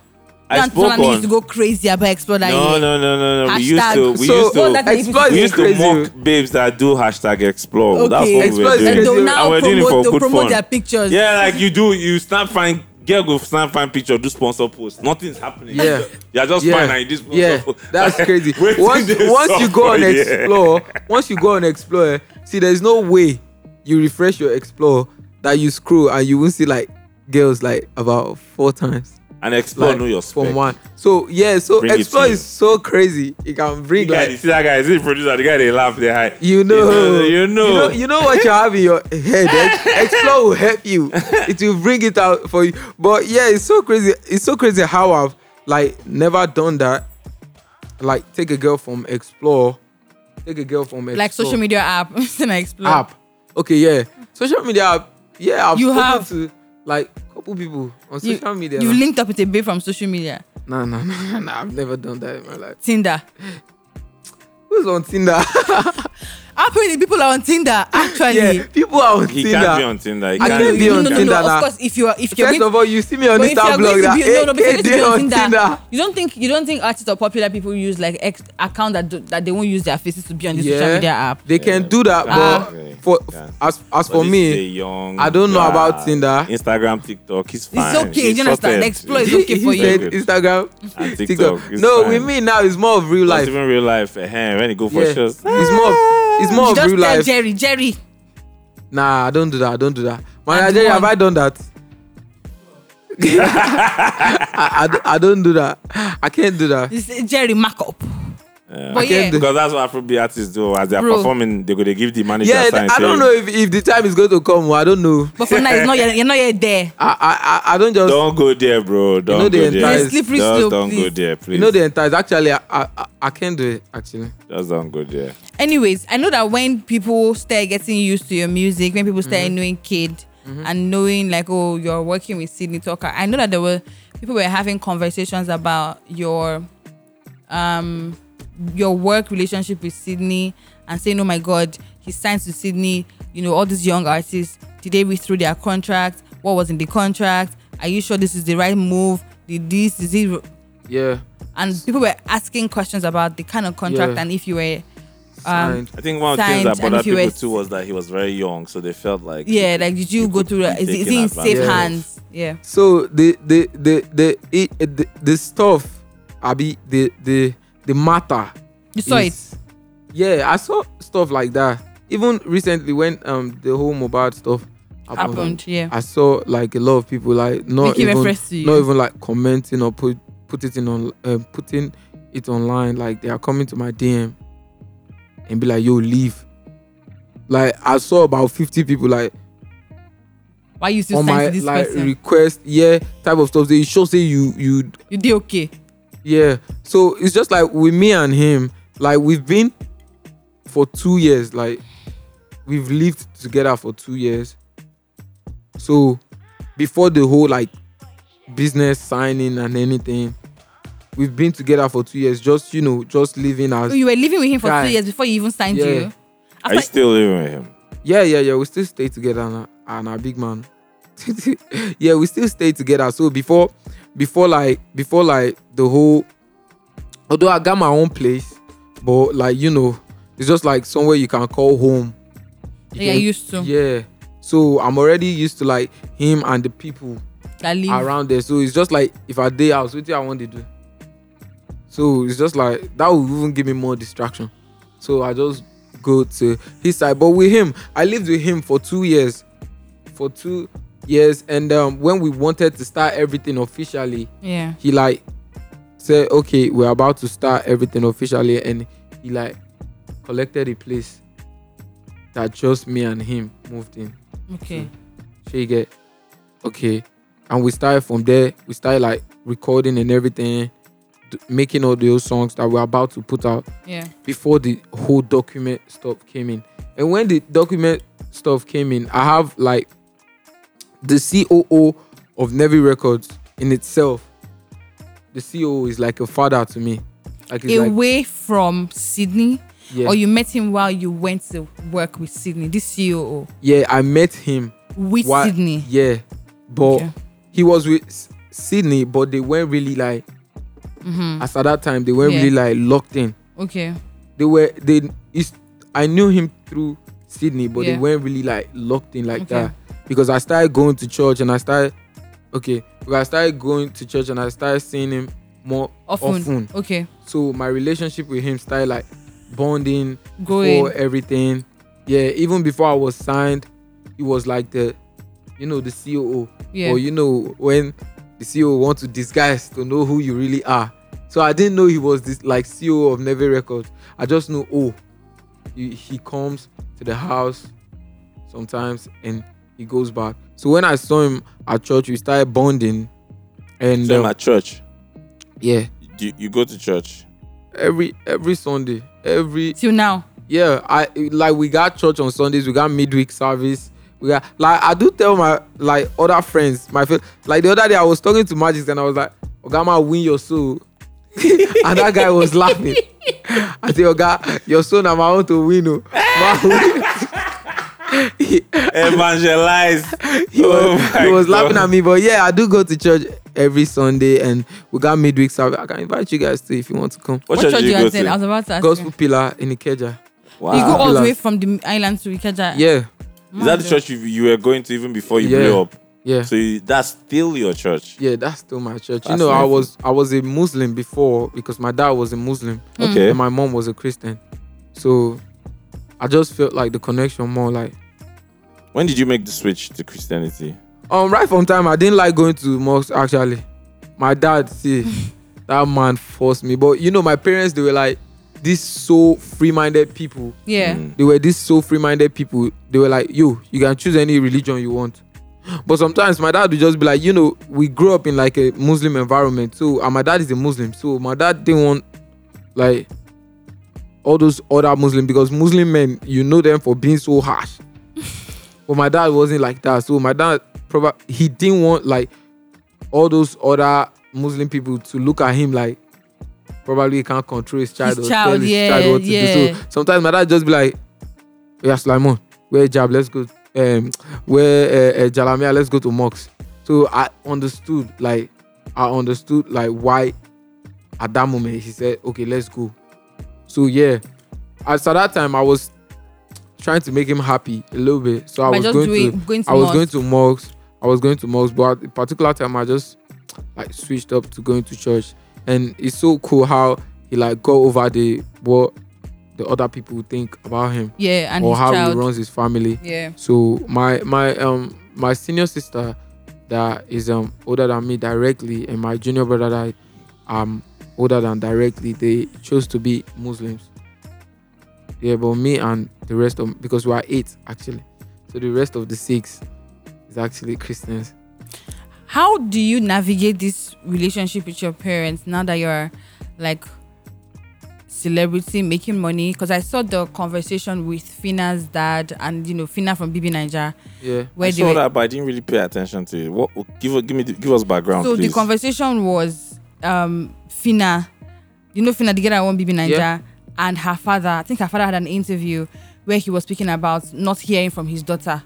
I
Don't tell
spoke
me you used
on.
to go crazy about explore that
No,
year.
no, no, no, no. We used
Hashtag-
to. We
so
used to.
all that is
exploit
we
is
used to
crazy.
mock babes that do hashtag explore. That's
Okay.
what
Explore is
we were
crazy.
And
doing.
they'll
And
now
we're doing it
promote,
for
they'll
good
promote
fun.
their pictures.
Yeah, like you do, you snap fine, girl go snap fine picture, do sponsor post. Nothing's happening.
Yeah.
You're just
yeah,
fine and you do sponsor
yeah,
post. (laughs)
that's crazy.
Wait till
once
they
once you go
suffer,
on
yeah.
explore, once you go on explore, eh, see, there's no way you refresh your explore that you scroll and you won't see like girls like about four times.
And explore
like,
know your spec.
from one. So yeah, so
Bring it to
explore
you.
is so crazy. It can
You
bring
guys,
like
you see that guy? Is he producer? The guy they laugh, they high.
you know,
you know,
you know, what you have in your head. Ex-
(laughs)
Explore will help you. It will bring it out for you. But yeah, it's so crazy. It's so crazy how I've like never done that. Like take a girl from Explore, take a girl from Explore
Like social media app. (laughs) then I explore.
app. Okay, yeah, social media app. Yeah, I've
You
spoken
have-
to like couple people on
You,
social media.
you linked up with a babe from social media.
nah, nah, nah, nah. I've never done that in my life.
Tinder.
Who's on Tinder? (laughs)
How many people are on Tinder actually?
yeah, people are on
he
Tinder.
can't be on Tinder. He
I
can't
can't
be
be
no,
on
no, no,
Tinder
no.
now.
Of course, if you are, if you're
First
going,
of all, you see me on
but if you
Insta
are
blog
going to
that Eh,
be, no, no, but
hey,
if you're going to
they
be on
on
Tinder,
Tinder.
you don't think you don't think artists or popular people use like ex account that do, that they won't use their faces to be on the social media app.
They can do that,
Ah.
but for
Yeah.
as
But
as for
this is a
me,
young
I don't know
guy.
about Tinder.
Instagram, TikTok, he's fine.
okay,
He's
you
sorted.
understand? Explore
(laughs)
is
He's-
okay for
he
you.
said
Good.
Instagram, (laughs)
And
TikTok.
TikTok is
No,
fine.
with me now it's more of real
Not
life.
even real life. eh, when you go for
Yeah,
shows,
it's more it's more
You
of
just
real
tell
life.
Jerry, Jerry,
Nah, I don't do that. I don't do that. My
I do
Nigeria, have
one.
I
(laughs)
done that? I, I don't- I don't do that. I can't do that.
you say, Jerry Markup.
Yeah.
But yeah,
do-
Because that's what Afrobeat artists do. As they're
Bro.
performing, they go they give the manager
Yeah,
sign.
I don't
say,
know if, if the time is going to come. I don't know.
but for now, it's not, yet- you're not yet there.
I I, I, I don't just
Don't go there, bro. Don't
know the
go there.
entire-
Just
It's slippery slope,
don't go
please.
there, please.
you know the entire. Actually, I, I I- I can't do it. Actually,
Just don't go there.
Anyways, I know that when people start getting used to your music, when people start knowing Kid and knowing like, oh, you're working with Sydney Talker, I know that there were people were having conversations about your um your work relationship with Sydney and saying, oh my God, he signed to Sydney. You know, all these young artists, did they read through their contract? What was in the contract? Are you sure this is the right move? Did this is it
yeah.
and people were asking questions about the kind of contract
Yeah.
and if you were um,
Signed.
I think one of the
Signed,
things that
and
bothered
if you
people
were-
too was that he was very young, so they felt like
yeah like did you go
could
through
be
is, it- is
taken
it in safe
advantage of.
hands yeah
So the the the the it, it- the, the stuff, Abi, the the the matter.
you saw it
is- Yeah, I saw stuff like that. Even recently, when um the whole mobile stuff happened,
happened yeah
I saw like a lot of people like not
Making
even
reference to you.
not even like commenting or put put it in on um, putting it online. Like they are coming to my DM and be like, "Yo, leave." Like I saw about fifty people like
why you still
on
signed
my
to this
like
person
request, yeah, type of stuff. They show say you you
you did okay
yeah. So it's just like with me and him, like we've been for two years, like we've lived together for two years. So before the whole like business signing and anything, we've been together for two years, just you know, just living as
you were living with him for
Guy.
two years before he even signed
Yeah.
you
Are you
After-
still living with him?
yeah, yeah, yeah. We still stay together and, and a big man. (laughs) yeah, we still stay together. So before, before like, before like the whole, although I got my own place, but like you know, it's just like somewhere you can call home.
Yeah, you're used to.
Yeah. So I'm already used to like him and the people
that leave
around there. So it's just like if I day house, what do I want to do? So it's just like that would even give me more distraction. So I just go to his side. But with him, I lived with him for two years. For two years. And um, when we wanted to start everything officially,
yeah
he like said, Okay, we're about to start everything officially. And he like collected a place that just me and him moved in.
okay
So you get okay. And we started from there. We started like recording and everything, d- making all those songs that we're about to put out
yeah
before the whole document stuff came in. And when the document stuff came in, I have like the COO of Navy Records in itself. The COO is like a father to me. Like it's like
away from Sydney
yeah,
or you met him while you went to work with Sydney this CEO
yeah. I met him
with
Why-
Sydney
Yeah, but
Okay.
he was with S- Sydney, but they weren't really like
Mm-hmm.
as at that time they weren't
Yeah.
really like locked in.
Okay.
They were they is I knew him through Sydney, but they
Yeah.
weren't really like locked in like
Okay.
that. Because I started going to church and I started okay, because I started going to church and I started seeing him more
Often.
Often.
Okay.
so my relationship with him started like bonding
Growing.
for everything. Yeah, even before I was signed, he was like the you know the COO
Yeah.
or you know when the CEO want to disguise to know who you really are. So I didn't know he was this like CEO of Neve Records. I just know oh, he, he comes to the house sometimes and he goes back. So when I saw him at church, we started bonding, and
Same
um,
at church.
yeah,
You, you go to
(laughs)
church.
every every Sunday, every
Till now.
yeah, I like we got church on Sundays, we got midweek service. We got like I do tell my like other friends, my friend, like the other day I was talking to Magic and I was like, Ogama win your soul. (laughs) and that guy was laughing. I said, Oga, your soul now I want to win. oh." Ma (laughs) win." he,
Evangelize.
(laughs) he was,
Oh my
he was
God.
laughing at me, but yeah, I do go to church every Sunday and we got midweek service. I can invite you guys too if you want to come.
What, church, do you
you
go
attend? I was
to?
about to ask.
Gospel
you.
Pillar in Ikeja.
Wow.
You go all the
Pillars.
way from the island to Ikeja.
Yeah,
Is that the church you, you were going to even before you
Yeah.
blew up?
yeah.
So you, that's still your church.
Yeah, that's still my church. You
That's
know, I
nice.
was I was a Muslim before because my dad was a Muslim
Okay.
Hmm.
and my mom was a Christian. So I just felt like the connection more like
When did you make the switch to Christianity?
um right from time I didn't like going to mosque actually. My dad, see,
(laughs)
that man forced me. But you know, my parents they were like these so free-minded people.
Yeah.
Mm.
They were these so free-minded people. They were like, yo, you can choose any religion you want. But sometimes my dad would just be like, you know, we grew up in like a Muslim environment. So and my dad is a Muslim. So my dad didn't want like all those other Muslim because Muslim men, you know them for being so
(laughs)
harsh. but my dad wasn't like that. So my dad probably he didn't want like all those other Muslim people to look at him like probably he can't control his child
His
or
child,
tell his
yeah,
child what to
yeah.
do. So sometimes my dad just be like, Yeah, Slimon, wear hijab, let's go. Um, where uh, uh, Jalamia, let's go to Mox. So I understood, like, I understood, like, why at that moment he said, okay, let's go. So yeah, at so that time I was trying to make him happy a little bit. So I
By
was
just
going
doing-
to,
going to
I was
mosque.
going to mosques. I was going to mosques, but at a particular time I just like switched up to going to church, and it's so cool how he like got over the what the other people think about him
Yeah. And
or
his
how he
child.
runs his family.
Yeah.
So my my um my senior sister that is um older than me directly and my junior brother that um older than directly they chose to be Muslims. Yeah, but me and the rest of because we are eight actually. So the rest of the six is actually Christians.
How do you navigate this relationship with your parents now that you're like celebrity making money? Because I saw the conversation with Fina's dad and you know Fina from BB Niger
Yeah.
where
I
they
saw
were
that, but I didn't really pay attention to it. What? Give give me the- give us background,
So
please.
the conversation was um Fina, you know Fina the girl that won BB Niger,
Yeah.
and her father. I think her father had an interview where he was speaking about not hearing from his daughter.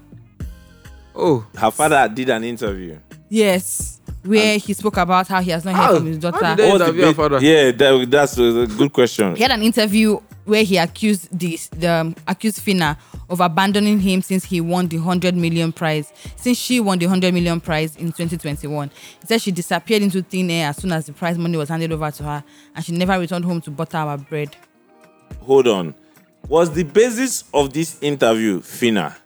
Oh,
Her father did an interview.
Yes, where he spoke about how he has not heard
How?
from his
How did
daughter.
they-
What was the
interview her
bit-
father?
Yeah, that, that's a good question.
He had an interview where he accused this the um, accused Fina of abandoning him since he won the hundred million prize. Since she won the hundred million prize in 2021, he said she disappeared into thin air as soon as the prize money was handed over to her, and she never returned home to butter our bread.
Hold on. Was the basis of this interview Fina?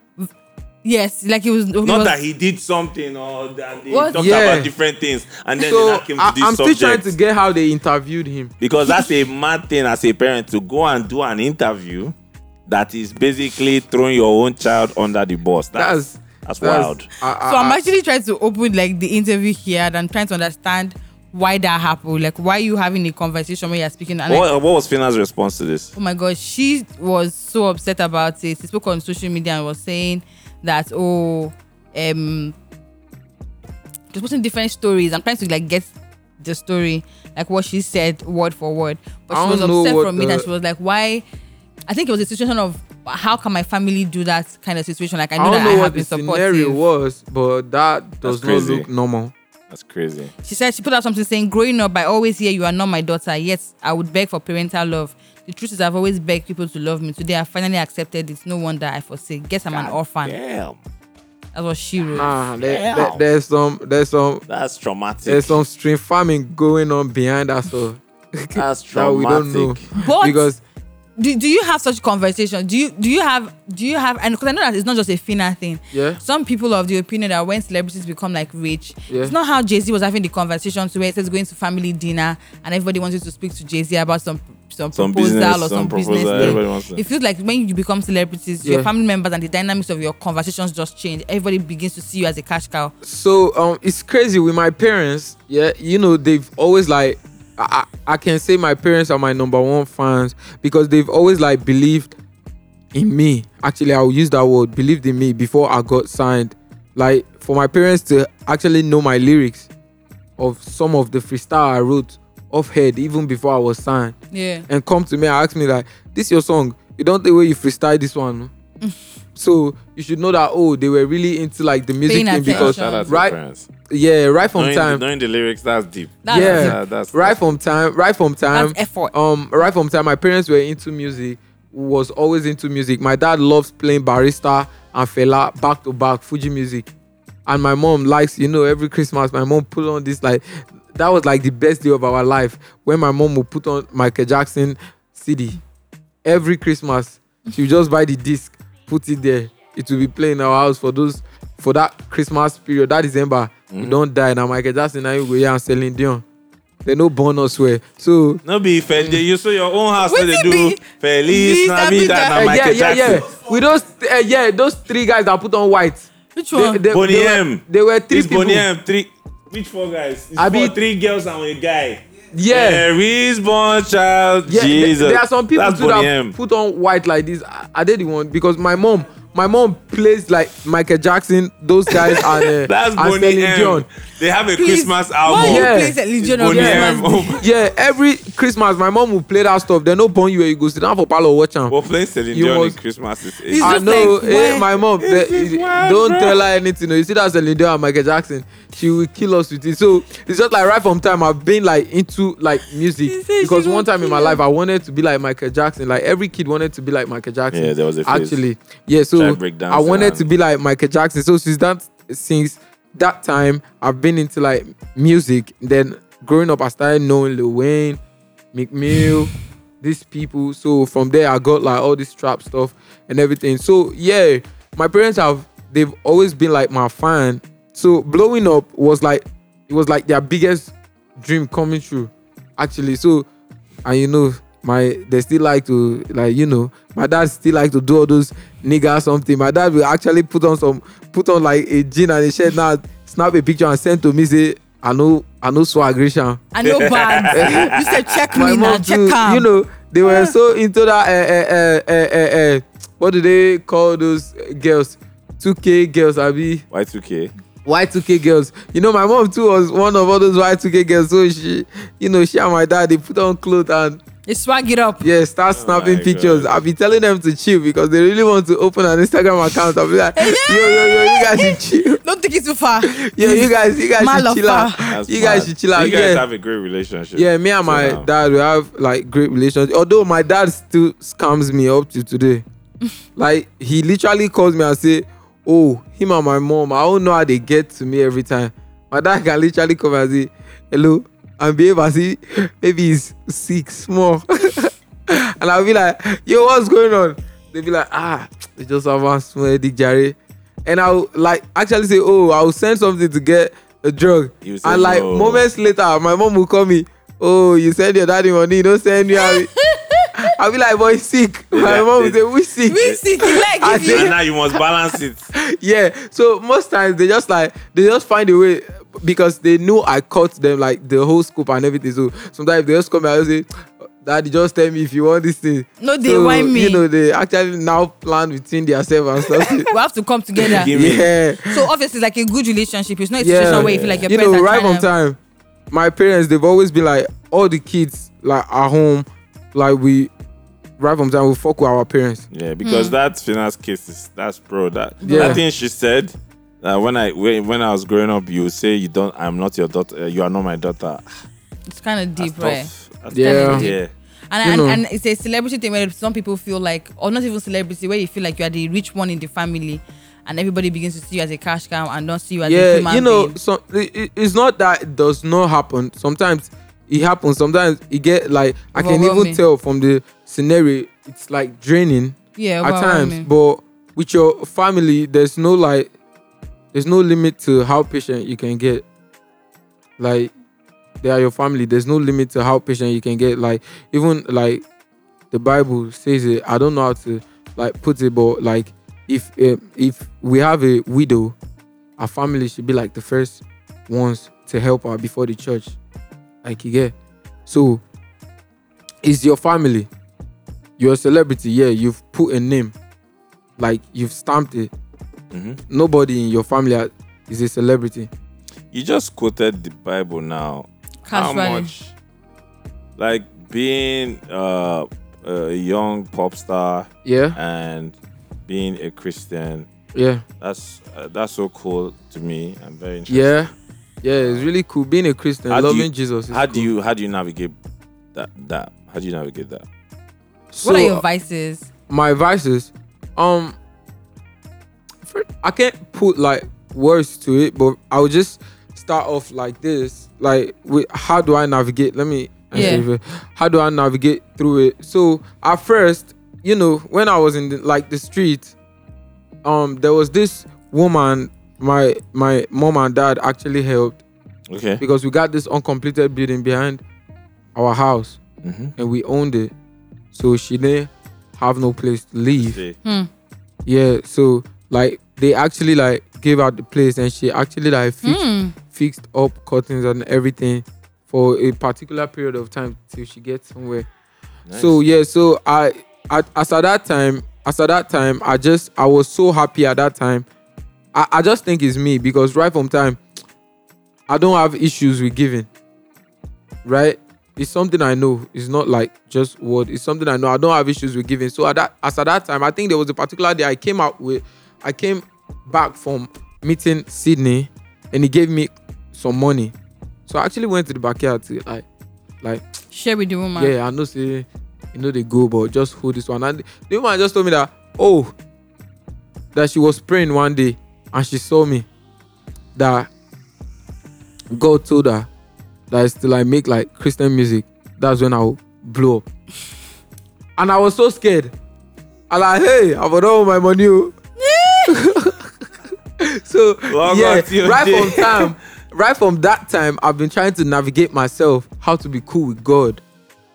Yes, like it was.
Not that he did something or that they
What?
talked
Yeah.
about different things and then
so
they now came to
I,
this
I'm
subject.
still trying to get how they interviewed him. (laughs)
because that's a mad thing as a parent to go and do an interview that is basically throwing your own child under the bus. That's that's,
That's
wild.
I, I,
so I'm
I-
actually trying to open like the interview here, and I'm trying to understand why that happened. Like, why you having a conversation when you're speaking? And like,
What, what was Fina's response to this?
oh my god, she was so upset about it. She spoke on social media and was saying that oh, um, just posting different stories. I'm trying to like get the story, like what she said word for word. But
I
she was
don't know
upset
what
from it,
the-
and she was like, why? I think it was a situation of how can my family do that kind of situation? Like I know
I
that
don't
I
know
have
what
been
the scenario
supportive.
was, but that does not
crazy.
look normal.
That's crazy.
She said she put out something saying, Growing up, I always hear you are not my daughter, yet I would beg for parental love. The truth is, I've always begged people to love me. Today, I finally accepted it. No wonder I forsake. Guess I'm an orphan.
Damn.
That's what she wrote.
Nah, there-
Damn.
there- there's some there's some
That's traumatic.
there's some stream farming going on behind us. So
That's
that we don't know
traumatic.
But-
because
do, do you have such conversation? Do you do you have do you have and because I know that it's not just a Fina thing.
Yeah.
Some people of the opinion that when celebrities become like rich,
Yeah.
it's not how Jay Z was having the conversation to where it says going to family dinner and everybody wants you to speak to Jay Z about some some,
Some
proposal
business,
or
some
some,
proposal,
business.
everybody wants to-
It feels like when you become celebrities,
Yeah.
your family members and the dynamics of your conversations just change. Everybody begins to see you as a cash cow.
so um it's crazy with my parents yeah you know they've always like I, I I can say my parents are my number one fans because they've always like believed in me actually i'll use that word believed in me before i got signed like for my parents to actually know my lyrics of some of the freestyle i wrote off head even before i was signed
Yeah.
and come to me and ask me like, "This your song? You don't the way you freestyle this one." no?"
(laughs)
so you should know that oh, they were really into like the music
Paying
thing because
Shout out to
right-
your parents.
yeah, right from
knowing,
time,
knowing the lyrics, that's deep.
That's
Yeah.
deep.
That- that's
right from time, right from time,
That's effort.
um, right from time. My parents were into music, was always into music. My dad loves playing barista and fella back to back Fuji music, and my mom likes you know every Christmas. My mom put on this like that was like the best day of our life when my mom would put on Michael Jackson CD every Christmas. She would just buy the disc, put it there. It will be playing in our house for those for that Christmas period, that December. You don't die now, Michael Jackson. Now you go here and selling Dion. They no bonus where. So
No be fe- they You saw your own house where
Wetin
they do
be
Feliz
Feliz
Navidad
Navidad?
na
Eh, yeah,
Ah, Michael
yeah, yeah.
Jackson.
With those, eh, yeah, those three guys that put on white.
Which
They,
one?
they,
Bonnie
they were,
M.
they were three
It's
people.
Bonnie M, three. Which four guys? It's
Abi-
four, three girls and a guy.
Yeah,
There is born child
yeah. there-
Jesus.
There are some people
That's
too that
Bonnie M.
put on white like this. Are are they the one? Because my mom, my mom plays like Michael Jackson, those guys,
(laughs)
and, uh,
That's
and
Bonnie
Celine
M.
Dion.
They have a
Please,
Christmas
Why
album.
you
Yeah.
play Saint Legion of
Bonnie
Christmas
M.
Day?
Oh,
Yeah, every Christmas, my mom will play that stuff. They no born you where you go sit down for parlor watch
(laughs)
am.
We're playing Celine
You
Dion in
must-
Christmas. Is
It's
ages.
I
just
know.
like,
eh,
why-
my mom,
This
they-
is why,
don't
bro.
tell her anything. oh. You see that Celine Dion and Michael Jackson, she will kill us with it. So it's just like right from time I've been like into like
She
music
said she
because
will
one time in my
kill
life I wanted to be like Michael Jackson. Like every kid wanted to be like Michael Jackson.
Yeah, there was a phase.
actually. Yeah, so
Child breakdancing
I wanted
and-
to be like Michael Jackson. So since that since that time I've been into like music. Then growing up I started knowing Lil Wayne, McMill, these people. So from there, I got like all this trap stuff and everything. So yeah, my parents have they've always been like my fan. So blowing up was like it was like their biggest dream coming true, actually. So and you know my they still like to like you know my dad still like to do all those nigga something. My dad will actually put on some put on like a jean and a shirt now, snap a picture and send to me say I know I know swag Rishan."
I know
(laughs)
bad. you said check me now, check
too,
am.
you know, they were so into that. Uh, uh, uh, uh, uh, what do they call those uh, girls? 2K girls, Abi.
Y2K.
Y2K girls. You know, my mom too was one of all those Y2K girls. So she, you know, she and my dad, they put on clothes and
You swag it up.
yeah, start snapping
Oh my
pictures.
God.
I'll be telling them to chill because they really want to open an Instagram account. I'll be like, yo, yo, yo, you guys should chill.
Don't take it too far.
Yo, you guys, you guys
Malafa.
should chill out.
That's
You guys
mad.
should chill out.
You guys
yeah.
have a great relationship.
Yeah, me and
So
my
now-
dad we have like great relations. Although my dad still scams me up to today. like he literally calls me and say, "Oh, him and my mom. I don't know how they get to me every time." My dad can literally come and say, "Hello," and behave as if maybe he's sick, small, (laughs) and I'll be like, "Yo, what's going on?" They'll be like, "Ah, they just have one small dick, Jerry." And I'll like actually say, "Oh, I'll send something to get a drug."
You will say
And like
no.
moments months later, my mom will call me. Oh, you send your daddy money, you don't send you.
(laughs)
I'll be like, boy, he's sick. My
Yeah,
mom will
they-
say, we sick.
We see the
I
leg. If
think-
you,
(laughs) And now you must balance it.
yeah. So most times they just like they just find a way because they knew I caught them like the whole scoop and everything. So sometimes they just come and I'll say, Daddy, just tell me if you want this thing.
(laughs) No, they
so,
want me.
You know, they actually now plan between themselves and
(laughs)
stuff.
we have to come together.
Give me-
yeah.
So obviously, it's like a good relationship. It's not a situation where you feel like your
you
parents
know,
are
right
trying
on
to-
time. My parents, they've always been like, all the kids like are home, like we right from time we fuck with our parents.
Yeah, because that finance case is that's bro. That
Yeah.
that thing she said, uh, when I when, when I was growing up, you would say you don't. I'm not your daughter. uh, You are not my daughter.
It's kind of
That's
deep, right?
tough. That's
Yeah.
tough. yeah.
You
And,
know.
and, and it's a celebrity thing where some people feel like, or not even celebrity, where you feel like you are the rich one in the family, and everybody begins to see you as a cash cow and not see you as a
yeah
human
you know
being.
so it, it- it's not that it does not happen sometimes it happens sometimes it get like i can even
Overwhelming.
tell from the scenario it's like draining
Yeah,
at
well, I
times
mean,
but with your family there's no like there's no limit to how patient you can get like they are your family there's no limit to how patient you can get like even like the bible says it i don't know how to like put it but like if uh, if we have a widow our family should be like the first ones to help her before the church like you get so it's your family you're a celebrity yeah you've put a name like you've stamped it
Mhm.
nobody in your family are- is a celebrity
You just quoted the Bible now. How
casually.
much? Like being uh, a young pop star
yeah
and being a Christian.
yeah
That's uh, that's so cool to me. I'm very interested.
yeah yeah it's really cool being a christian
How do
loving
you-
jesus is
How
cool.
do you how do you navigate that that? How do you navigate that?
so,
What are your vices?
my vices um fir- i can't put like words to it but i'll just start off like this like with how do i navigate let me
Yeah.
answer it. how do i navigate through it so at first you know when i was in the, like the street um there was this woman my my mom and dad actually helped
Okay.
because we got this uncompleted building behind our house
Mm-hmm.
and we owned it so she didn't have no place to live
Hmm.
yeah, so like they actually like gave out the place and she actually like fixed,
Hmm.
fixed up curtains and everything for a particular period of time till she gets somewhere. So yeah, so I at, as at that time, as at that time, I just I was so happy at that time. I, I just think it's me because right from time, I don't have issues with giving. Right? It's something I know. It's not like just word. It's something I know. I don't have issues with giving. So at that as at that time, I think there was a particular day I came out with I came back from meeting Sydney and he gave me some money. So I actually went to the backyard to like like
Share with the woman.
yeah, I know say you know they go, but just hold this one. And the woman just told me that oh, that she was praying one day and she saw me that God told her that it's to like make like Christian music. That's when I'll blow up. And I was so scared. I like, hey, I've got all my money. oh." (laughs) so
Long
yeah,
out your
right
day.
from time, right from that time, I've been trying to navigate myself how to be cool with God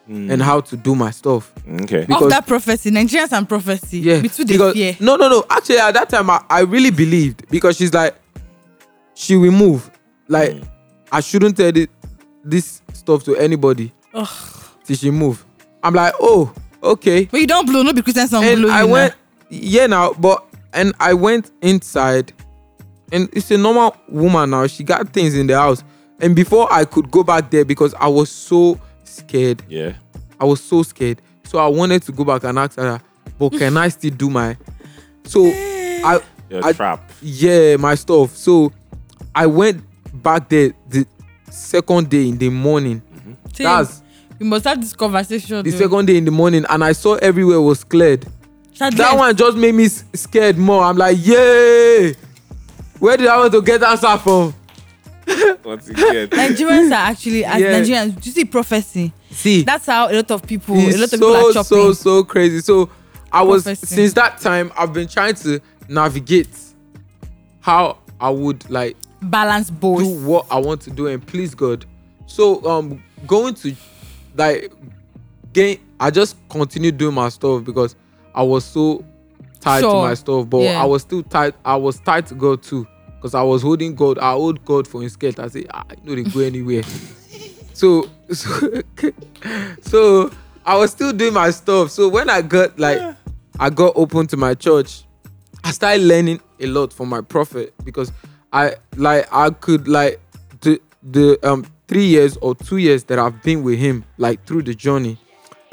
and how to do my stuff.
okay.
because-
of that prophecy, Nigerians and prophecy.
Yeah.
Between the
because,
fear.
No, no, no. Actually, at that time, I, I really believed because she's like, she will move. Like, I shouldn't tell thi- this stuff to anybody
Ugh.
till she move. I'm like, oh, okay.
But you don't blow, no be Christian song
and
blow
I
you now.
went, yeah, now, but and I went inside, and it's a normal woman now. She got things in the house, and before I could go back there because I was so scared.
Yeah.
I was so scared. So I wanted to go back and ask her, but can I still do my? So I,
Your
I (laughs)
trap.
yeah, my stuff. So I went back there the second day in the morning.
Say,
That's
we must have this conversation.
the
though.
second day in the morning, and I saw everywhere was cleared.
Child,
That
yes.
one just made me s- scared more. I'm like, yay! Where did I want to get answer from?
Once again.
(laughs) Nigerians are actually as
Yeah.
Nigerians. Do you see prophecy?
See,
That's how a lot of people,
It's
a lot of people
so
are chopping.
so so crazy. So I was
Prophecy.
since that time I've been trying to navigate how I would like
Balance
do
both.
what I want to do and please God. So um going to like gain I just continued doing my stuff because I was so tied
Sure.
to my stuff, but
Yeah.
I was still tied. I was tied to God too. Because I was holding God, I hold God for his skirt. I say, "Ah, I know they go
(laughs)
anywhere. so so (laughs) so I was still doing my stuff. So when I got like I got open to my church, I started learning a lot from my prophet because I like I could like the the um three years or two years that I've been with him, like through the journey,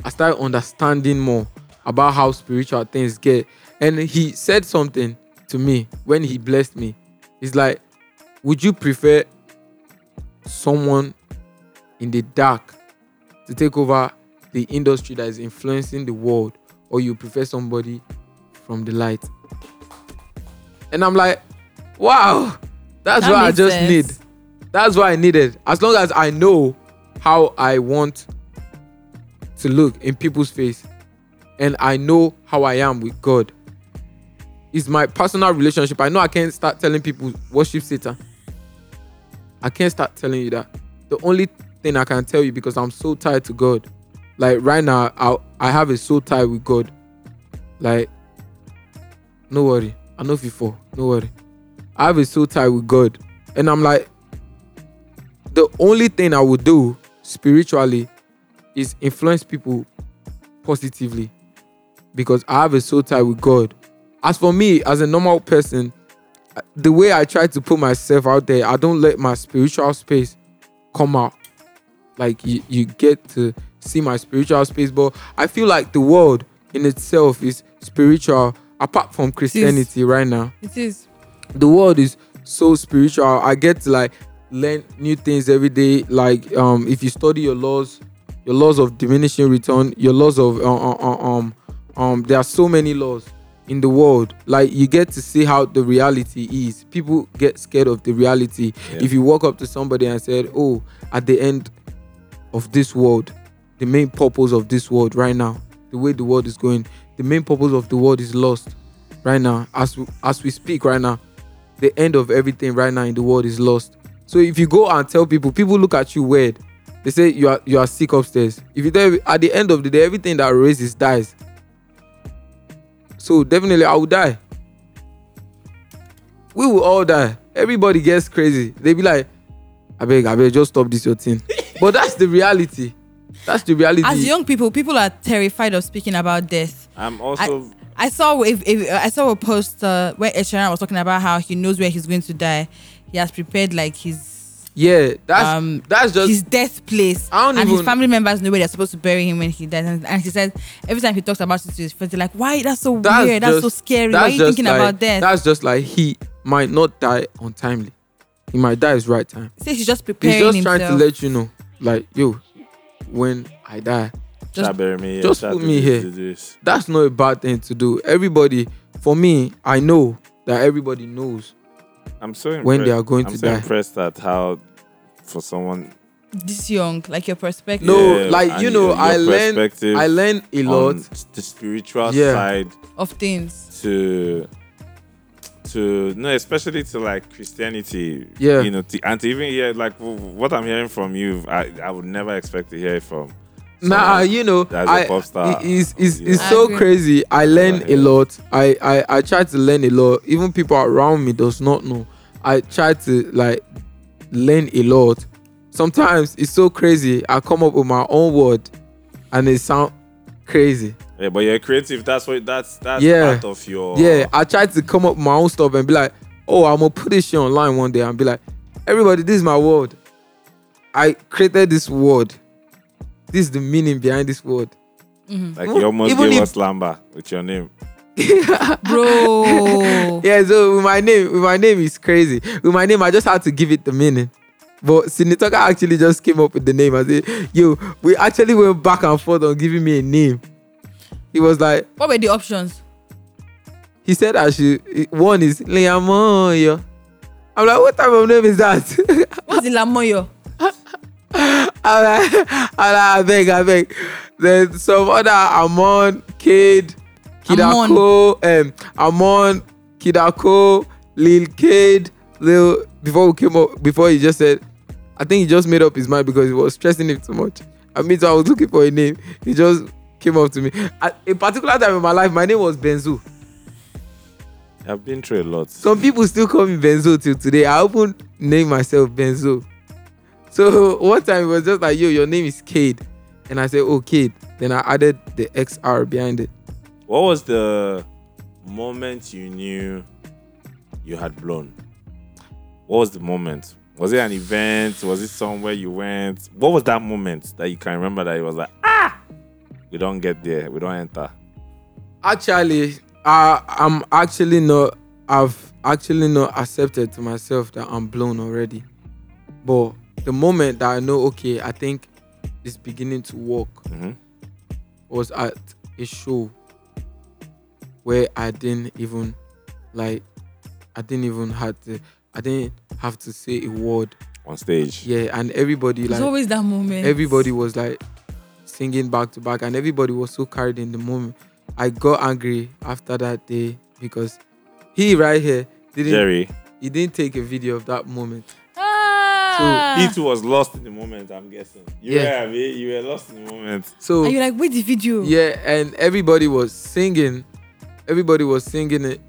I started understanding more about how spiritual things get. And he said something to me when he blessed me. It's like, would you prefer someone in the dark to take over the industry that is influencing the world, or you prefer somebody from the light? And I'm like, wow, that's
That
what I
makes
just
sense.
need. That's what I needed. As long as I know how I want to look in people's face and I know how I am with God. It's my personal relationship. I know I can't start telling people worship Satan. I can't start telling you that. The only thing I can tell you because I'm so tied to God. Like right now, I I have a soul tie with God. Like, no worry. I know before. No worry. I have a soul tie with God. And I'm like, the only thing I would do spiritually is influence people positively because I have a soul tie with God. As for me, as a normal person, the way I try to put myself out there, I don't let my spiritual space come out. Like you, you get to see my spiritual space, but I feel like the world in itself is spiritual. Apart from Christianity, right now,
It is.
the world is so spiritual. I get to like learn new things every day. Like um, if you study your laws, your laws of diminishing return, your laws of uh, uh, uh, um um, there are so many laws in the world. Like you get to see how the reality is. People get scared of the reality.
Yeah.
If you walk up to somebody and said, "Oh, at the end of this world, the main purpose of this world right now, the way the world is going, the main purpose of the world is lost right now. As we, as we speak right now, the end of everything right now in the world is lost. So if you go and tell people, people look at you weird. They say you are you are sick upstairs. If you tell at the end of the day, everything that raises dies. So definitely, I will die. We will all die. Everybody gets crazy. They be like, "I beg, I beg, just stop this your
(laughs)
thing." but that's the reality. That's the reality.
As young people, people are terrified of speaking about death.
I'm
I-
also
I saw if, if, I saw a post uh, where Ed Sheeran was talking about how he knows where he's going to die. He has prepared like his
yeah, that's
um
that's just
his death place.
I don't
and his
even-
family members know where they're supposed to bury him when he dies. And, and he said every time he talks about it to his friends, they're like, "Why? That's so weird. That's so
just-
scary. Why
that's
are you
just
thinking
like-
about death?"
That's just like he might not die untimely. He might die his right time.
He says he's just
He's
preparing
just
himself.
trying to let you know, like, yo, when I die,
just,
just-
bury me. here,
just
shall
put
do
me
this,
here.
do this.
that's not a bad thing to do. Everybody, for me, I know that everybody knows.
I'm so impressed.
When they are going
I'm
to
so
die.
impressed at how for someone
this young, like your perspective.
No,
Yeah,
like
and
you know,
your- your
I learn,
perspective
I learn a lot.
on s- the spiritual
Yeah.
side
of
(laughs)
things.
to to no, especially to like Christianity.
Yeah.
you know, to, and to even hear like w- w- what I'm hearing from you, I, I would never expect to hear it from.
nah,
someone
you know,
that's a
I
pop star.
it- it's it's,
Yeah.
it's
I
so
agree.
crazy. I learn a
Yeah.
lot. I, I I try to learn a lot. Even people around me does not know. I try to like learn a lot. Sometimes it's so crazy. I come up with my own word, and it sound crazy.
Yeah, but you're creative. That's what that's that's
Yeah.
part of your
Yeah, I tried to come up with my own stuff and be like, oh, I'm gonna put this shit online one day and be like, everybody, this is my word. I created this word. This is the meaning behind this word.
like
Even-
you almost
even
gave
if-
us lamba with your name.
Bro.
Yeah, so with my name, with my name is crazy. With my name, I just had to give it the meaning. But Sinitoka actually just came up with the name. I said, yo, we actually went back and forth on giving me a name. He was like,
What were the options?
he said I should one is Leamoyo. I'm like, what type of name is that? (laughs)
What's the Lamoyo?
I'm (laughs) like, I'm like, I beg, I beg. Then some other Amon, Kid, Kidako, um, Amon, Kidako, Lil Kid, Lil. Before we came up, before he just said, I think he just made up his mind because it was stressing him too much. I mean, so I was looking for a name. He just came up to me. At a particular time in my life, my name was Benzo.
I've been through a lot.
Some people still call me Benzo till today. I often name myself Benzo. So (laughs) one time it was just like, yo, your name is Cade. And I said, oh, Cade. Then I added the XR behind it.
What was the moment you knew you had blown? What was the moment? Was it an event? Was it somewhere you went? What was that moment that you can remember that it was like, ah, we don't get there, we don't enter?
Actually, I, I'm actually not I've actually not accepted to myself that I'm blown already. But the moment that I know, okay, I think it's beginning to work
Mhm.
was at a show where I didn't even like I didn't even had to I didn't have to say a word.
on stage.
Yeah, and everybody
It's
like
always that moment.
everybody was like singing back to back and everybody was so carried in the moment i got angry after that day because he right here didn't
Jerry,
he didn't take a video of that moment
Ah!
he too was lost in the moment. I'm guessing. You
Yeah.
were, Abi, you were lost in the moment.
so
and you're like, wait, the video.
yeah and everybody was singing everybody was singing it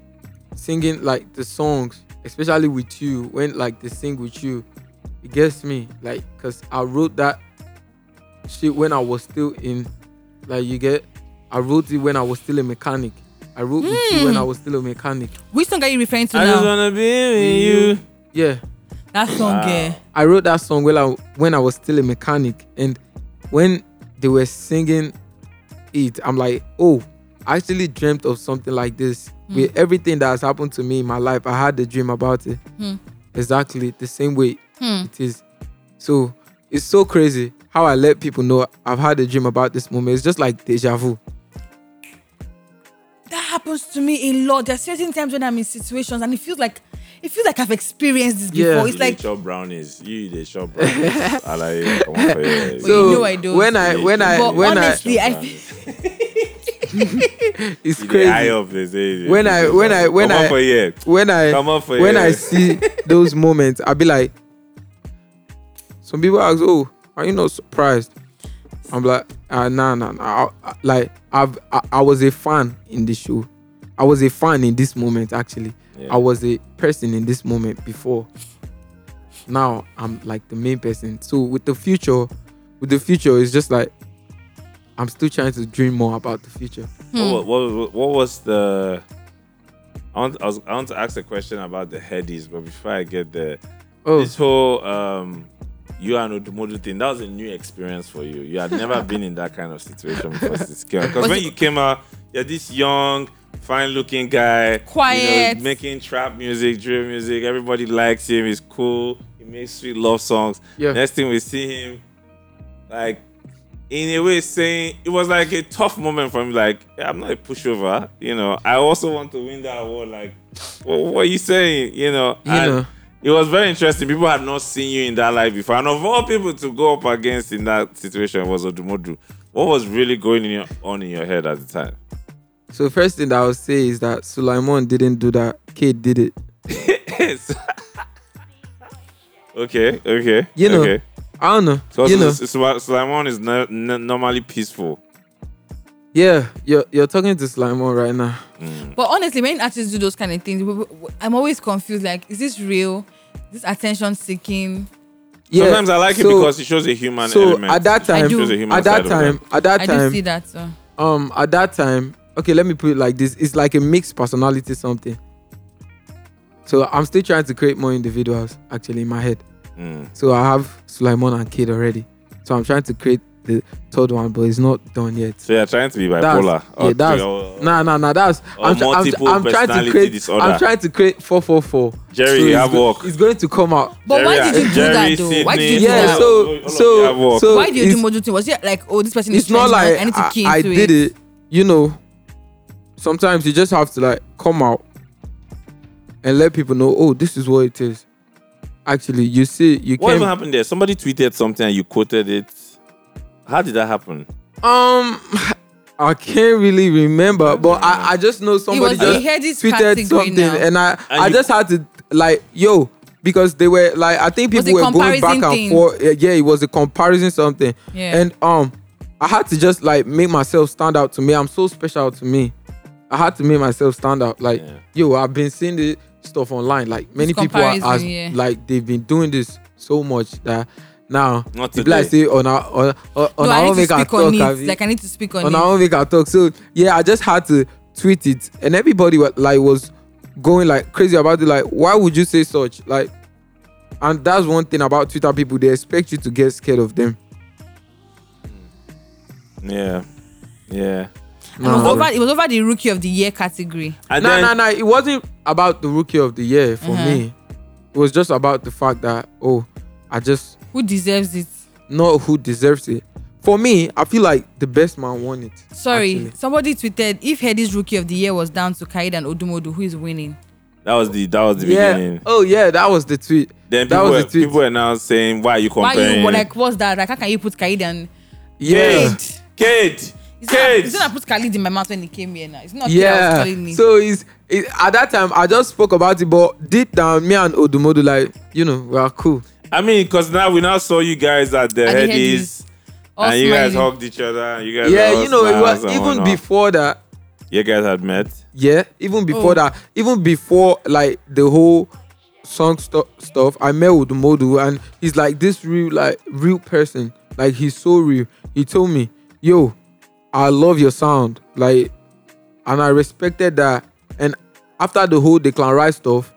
singing like the songs especially with you when like they sing with you it gets me like because i wrote that shit when i was still in like you get i wrote it when i was still a mechanic i wrote with you when i was still a mechanic
Which song are you referring to
I just
now?
wanna be with you.
yeah
That song, eh.
Wow.
yeah.
I wrote that song when I when I was still a mechanic, and when they were singing it, I'm like, oh, I actually dreamt of something like this.
Hmm.
With everything that has happened to me in my life, I had a dream about it.
Hmm.
Exactly the same way
Hmm.
it is. So it's so crazy how I let people know I've had a dream about this moment. It's just like deja vu.
That happens to me a lot. There are certain times when I'm in situations and it feels like it feels like I've experienced this before.
Yeah.
It's
you
like
they chop brownies. You they chop brownies.
(laughs)
I like it. Come on, for it.
But you
So
know I don't.
when I when I
But
when
honestly,
Chop
I-
brownies.
I it's
You dey high
crazy
up, they say.
When I- when I- when
Come
I-
on for here.
when I
Come on for
when
(laughs) here.
I see those moments, I'll be like, some people ask, "Oh, are you not surprised?" I'm like, ah, "Nah, nah, nah." I- I- like I've, I, I was a fan in this show. I was a fan in this moment. Actually,
Yeah.
I was a person in this moment before. Now I'm like the main person. So with the future, with the future, it's just like I'm still trying to dream more about the future.
What, wa- what, what, what was the? I want, I, was, I want to ask a question about the headies, but before I get there,
Oh,
this whole um, you and Odumodu thing that was a new experience for you. You had never been in that kind of situation before.
(laughs)
Because
Was
when
it-
you came out, you're this young, fine-looking guy, you know,
Quiet.
making trap music, drill music. Everybody likes him. He's cool. He makes sweet love songs.
Yeah.
Next thing we see him, like in a way saying it was like a tough moment for me. Like "Yeah, I'm not a pushover, you know. I also want to win that award. Like, wha- what are you saying? You know,
You
And
know.
it was very interesting. People had not seen you in that life before, and of all people to go up against in that situation was Odumodu. What was really going in your, on in your head at the
(laughs)
time?
so first thing that I'll say is that Sulaimon didn't do that. Kid did it.
Yes. okay, okay,
You know,
okay.
I don't know.
So,
you
so,
know,
so, so Sulaimon is no- no- normally peaceful.
yeah, you're you're talking to Slimon right now.
But honestly, when artists do those kind of things, w- w- I'm always confused. Like, is this real? Is this attention seeking?
Yeah,
Sometimes I like it
so-
because it shows a human
so
element.
at that
I
time,
do. Shows a
human side
at that
of
time, at that
I do see
time,
that. So.
um, at that time, okay, let me put it like this: it's like a mixed personality something. So I'm still trying to create more individuals actually in my head.
Mm.
So I have Sulaimon and Kid already. So I'm trying to create the third one, but it's not done yet.
So you're trying to be
That's,
bipolar.
yeah, that's
or-
nah, nah, nah. That's
or
I'm, try- I'm-
multiple
I'm trying
personality
to create.
disorder.
I'm trying to create four, four, four.
Jerry, you
it's
have
go-
work.
It's going to come out.
But why
Jerry-
did you do
Jerry,
that though? why did
Sydney,
you
Yeah,
do
all
that?
of- all
so
of you have
so
work.
so
why do you do
it's-
mojo thing? Was it like, oh, this person
It's
is
not
trendy,
like
I need to
I,
key
I
into
did it. You know, sometimes you just have to like come out and let people know. Oh, this is what it is. Actually, you see, you
What
came.
even happened there? Somebody tweeted something and you quoted it. How did that happen?
Um, (laughs) I can't really remember, but I, I just know somebody
was a
just
heady
tweeted
category
something,
now.
and I I
you-
just had to like yo because they were like I think
Was
people
it
were going back
comparison
and
thing?
forth. Yeah, Yeah, it was a comparison something,
Yeah.
and um, I had to just like make myself stand out to me. I'm so special to me. I had to make myself stand out. Like
Yeah.
yo, I've been seeing this stuff online. Like many people are
comparison,
as,
yeah.
like they've been doing this so much that. Now,
Not
people like
today.
say on our on, on, on our
no, I
own
need to
make our
speak on
talk,
it.
Abi
Like, I need to speak on,
on
it.
our own make our talk. So yeah, I just had to tweet it, and everybody was, like was going like crazy about it. Like, why would you say such? Like, and that's one thing about Twitter people; they expect you to get scared of them.
Yeah. Yeah.
And it, was over, it was over the rookie of the year category.
And
No,
then,
no, no. It wasn't about the rookie of the year for
Uh-huh.
me. It was just about the fact that oh, I just
Who deserves it?
know who deserves it. For me, I feel like the best man won it.
Sorry,
actually.
somebody tweeted if Hedy's rookie of the year was down to Kaid and Odumodu, who is winning?
that was the that was the
yeah.
beginning.
Oh yeah, that was the tweet.
Then
that
people
was
were,
the tweet.
people were now saying why are you
Why
comparing?
you like what's that? Like how can you put Kaid and
yeah.
Kid, kid,
it's not,
kid.
it's not I put Khalid in my mouth when he came here now. It's not yeah.
Yeah.
I was calling so,
So it's it, at that time I just spoke about it, but deep down, me and Odumodu like you know we are cool.
I mean, because now we now saw you guys at the
At the
headies,
All
and you guys
smiling.
hugged each other. You guys,
Yeah,
all
you know it
smiles
was
and
even
whatnot.
before that.
you guys had met.
Yeah, even before
Oh.
that, even before like the whole song stu- stuff, I met with Modu and he's like this real like real person. Like he's so real. He told me, "Yo, I love your sound." Like and I respected that. And after the whole Declan Rice stuff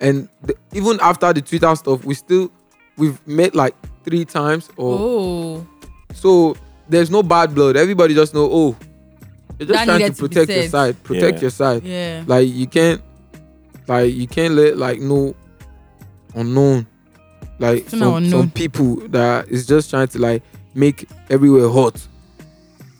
and the, even after the Twitter stuff, we still we've met like 3 times or
Oh,
so there's no bad blood. Everybody just know, "Oh, you're just
That
trying to
needed to be
protect your
said.
side. Protect
Yeah.
your side."
yeah.
like you can't like you can't let like no unknown like
Some
some,
unknown.
some people that is just trying to like make everywhere hot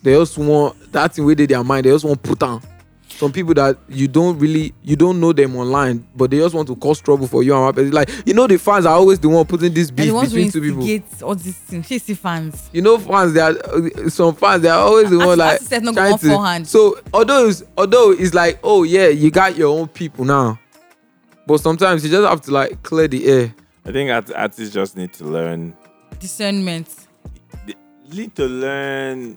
they also want that thing within their mind they just want put down some people that you don't really you don't know them online but they just want to cause trouble for you and what- it's like you know the fans are always the one putting this
And
beef
he wants to
between two people
instigate all these things. She's the fans.
you know fans they are uh, some fans they are always the
As-
one like
as he said, no go
trying
off
to-
forehand.
so although it's, although it's like oh yeah you got your own people now but sometimes you just have to like clear the air
I think art- artists just need to learn,
Discernment.
they need to learn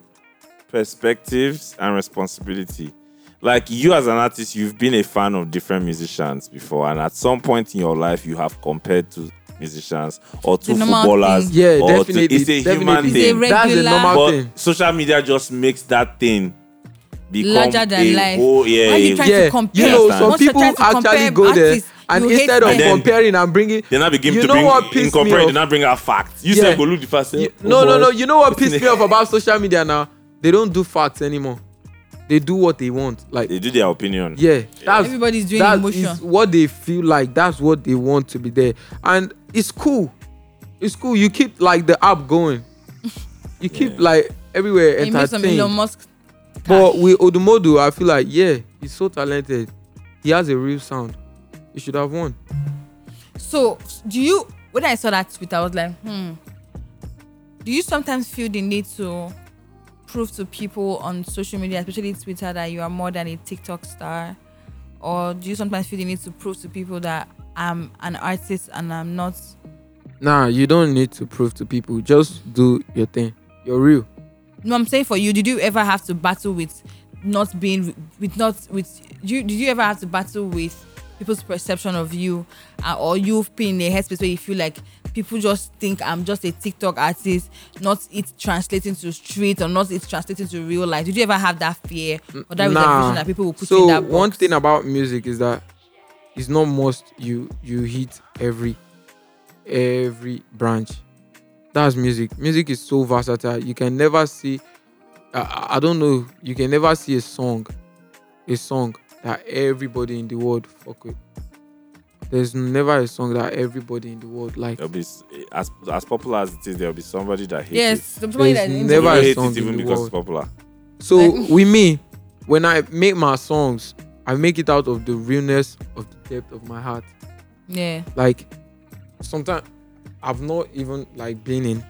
perspectives and responsibility. Like you as an artist, you've been a fan of different musicians before, and at some point in your life, you have compared to musicians or to
The normal
footballers.
thing.
yeah
or
definitely
To, it's a
definitely.
human
It's a
thing.
re-
that's the
regular-
normal
but
thing
social media just makes that thing become
Larger than
a
life.
Whole, yeah,
When you
a-
try
yeah
to compare.
you know
Understand.
some
Once you're
people
trying to
actually
compare
go there
artists,
and
you hate
instead of
them.
Then-
comparing and bringing
They now begin
You
to
know
bring
what pissed me
incorporate. They
off?
now bring out facts. You
Yeah.
said "Oh, go look the first.
You- no, no, no. You know what pissed
(laughs)
me off about social media now? They don't do facts anymore. They do what they want. Like,
They do their opinion.
yeah, that's
Everybody's doing
that
emotion.
is what they feel like. That's what they want to be there, and it's cool. It's cool. You keep like the app going. You keep
Yeah.
like everywhere
He made some Elon
entertained.
Musk.
But
cash.
with Odumodu, I feel like yeah, he's so talented. He has a real sound. He should have won.
So, do you, when I saw that tweet, I was like, hmm. Do you sometimes feel the need to prove to people on social media, especially Twitter, that you are more than a TikTok star? Or do you sometimes feel the need to prove to people that I'm an artist and I'm not?
Nah, you don't need to prove to people. Just do your thing. You're real.
No, I'm saying for you, did you ever have to battle with not being, with not, with, you, did you ever have to battle with people's perception of you? Uh, or you've been in a headspace where you feel like people just think I'm just a TikTok artist, not it translating to street or not it translating to real life? Did you ever have that fear or that reservation that people will put
so
you in that box?
one thing about music is that it's not must you you hit every every branch that's music music is so versatile you can never see I- I, I don't know you can never see a song a song that everybody in the world fuck with there's never a song that everybody in the world like
There'll be s- eh, as as popular as it is. There'll be somebody that hates
Yes,
it.
somebody
There's
that is
They
never
will
a
hate
song
it
in
even
the
because
world.
it's popular.
So
Like-
with me, when I make my songs, I make it out of the realness of the depth of my heart.
yeah.
Like sometimes I've not even like been in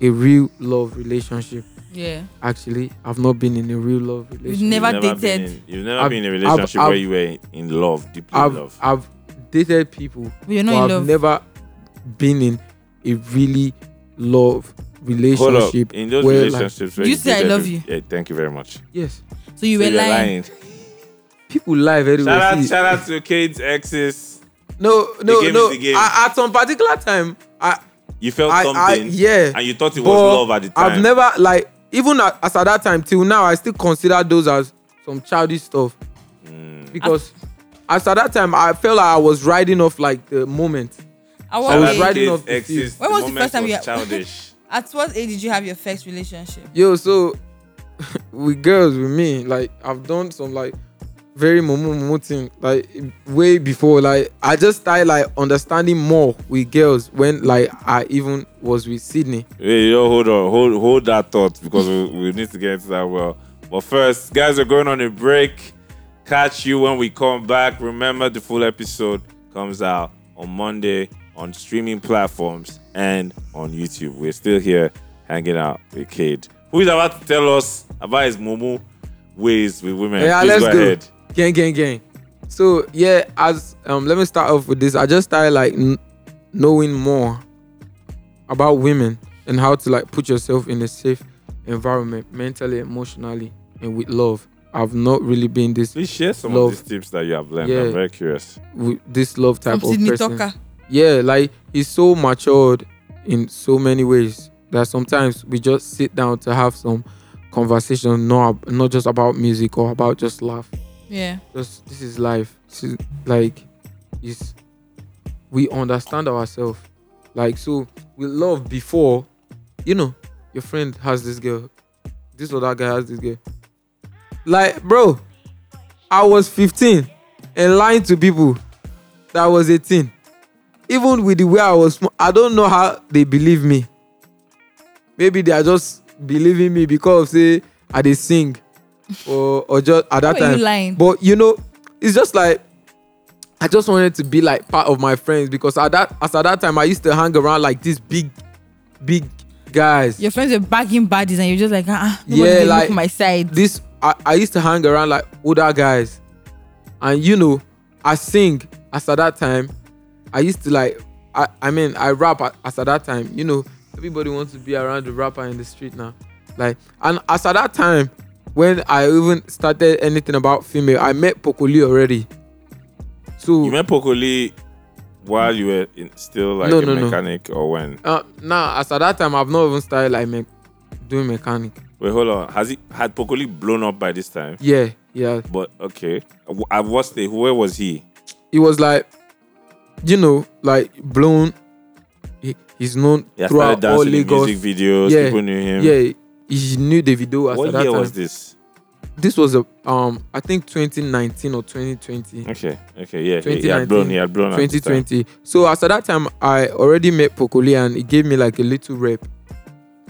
a real love relationship.
Yeah.
Actually, I've not been in a real love
You've
relationship.
never,
You've never
dated.
Been in, you've never
I've-
been in a
I've-
relationship
I've-
where you were in love, deeply in
I've
love.
I've dated people,
But you're
but
not in
I've
love.
never been in a really love
Hold up.
relationship.
In those
where, like-
relationships, where
You say I
dated
love
with-
you.
Yeah, thank you very much.
yes,
so you were
So you're
lying.
people lie very
Shout
well.
out,
See,
shout out to kids, exes.
No, no,
game is
no.
the game.
I, at some particular time, I
You felt
I-
something,
I- yeah.
and you thought it was
But
love at the time.
I've never like even at, as at that time till now I still consider those as some childish stuff
Hmm.
because as at that time I felt like I was riding off like the moment.
I
Shout
was
out
was
to
riding
kids,
off the
exes.
field.
When was the
moment
first time
was
you-
childish?
At what age did you have your first relationship?
Yo, so (laughs) with girls with me like i've done some like very mumu mumu thing like way before like i just started like understanding more with girls when like i even was with sydney
Hey, yo, hold on, hold hold that thought because we, we need to get into that well. But first, guys, we're going on a break. Catch you when we come back. Remember, the full episode comes out on Monday on streaming platforms and on YouTube. We're still here hanging out with Cade, who is about to tell us about his mumu ways with women.
yeah
Please
let's
go,
go
ahead.
gang gang gang so yeah as um let me start off with this i just started like n- knowing more about women and how to like put yourself in a safe environment mentally emotionally and with love i've not really been this
Please share some
Love.
of these tips that you have learned.
Yeah.
I'm very curious.
with this love type
From
of
Sydney
person
Tucker.
yeah like he's so matured in so many ways that sometimes we just sit down to have some conversation not not just about music or about just laugh
Yeah.
just this is life this is, like is we understand ourselves like so we love before you know your friend has this girl this other guy has this girl like bro i was 15 and lying to people that I was 18 even with the way i was sm- i don't know how they believe me maybe they are just believing me because say i dey sing or or just at that
Why are
time
you lying?
but you know it's just like i just wanted to be like part of my friends because at that as at that time i used to hang around like these big big guys
Your friends were bagging baddies and you're just like, ah,
Yeah,
yeah, like
like-
my side.
this I, I used to hang around like older guys and you know i sing as at that time i used to like i, I mean i rap a- as at that time you know everybody wants to be around the rapper in the street now like and as at that time when i even started anything about female i met pokoli already so
You met Pokoli while you were in, still like
No,
a
no, no.
mechanic or when?
uh, now as at that time i've not even started like me- doing mechanic
Wait, hold on. Has he had Pokoli blown up by this time?
yeah yeah
But okay, I watched it. Where was he?
it was like you know like blown he, he's known
He had started
throughout all
dancing in
Lagos
music videos.
Yeah,
People knew him.
yeah he knew the video as
What
at that
year
time
was this?
this was a um I think 2019 or 2020
Okay, okay, yeah. He, he had blown. He had blown. up this time.
2020 so as at that time I already met Pokoli and he gave me like a little rep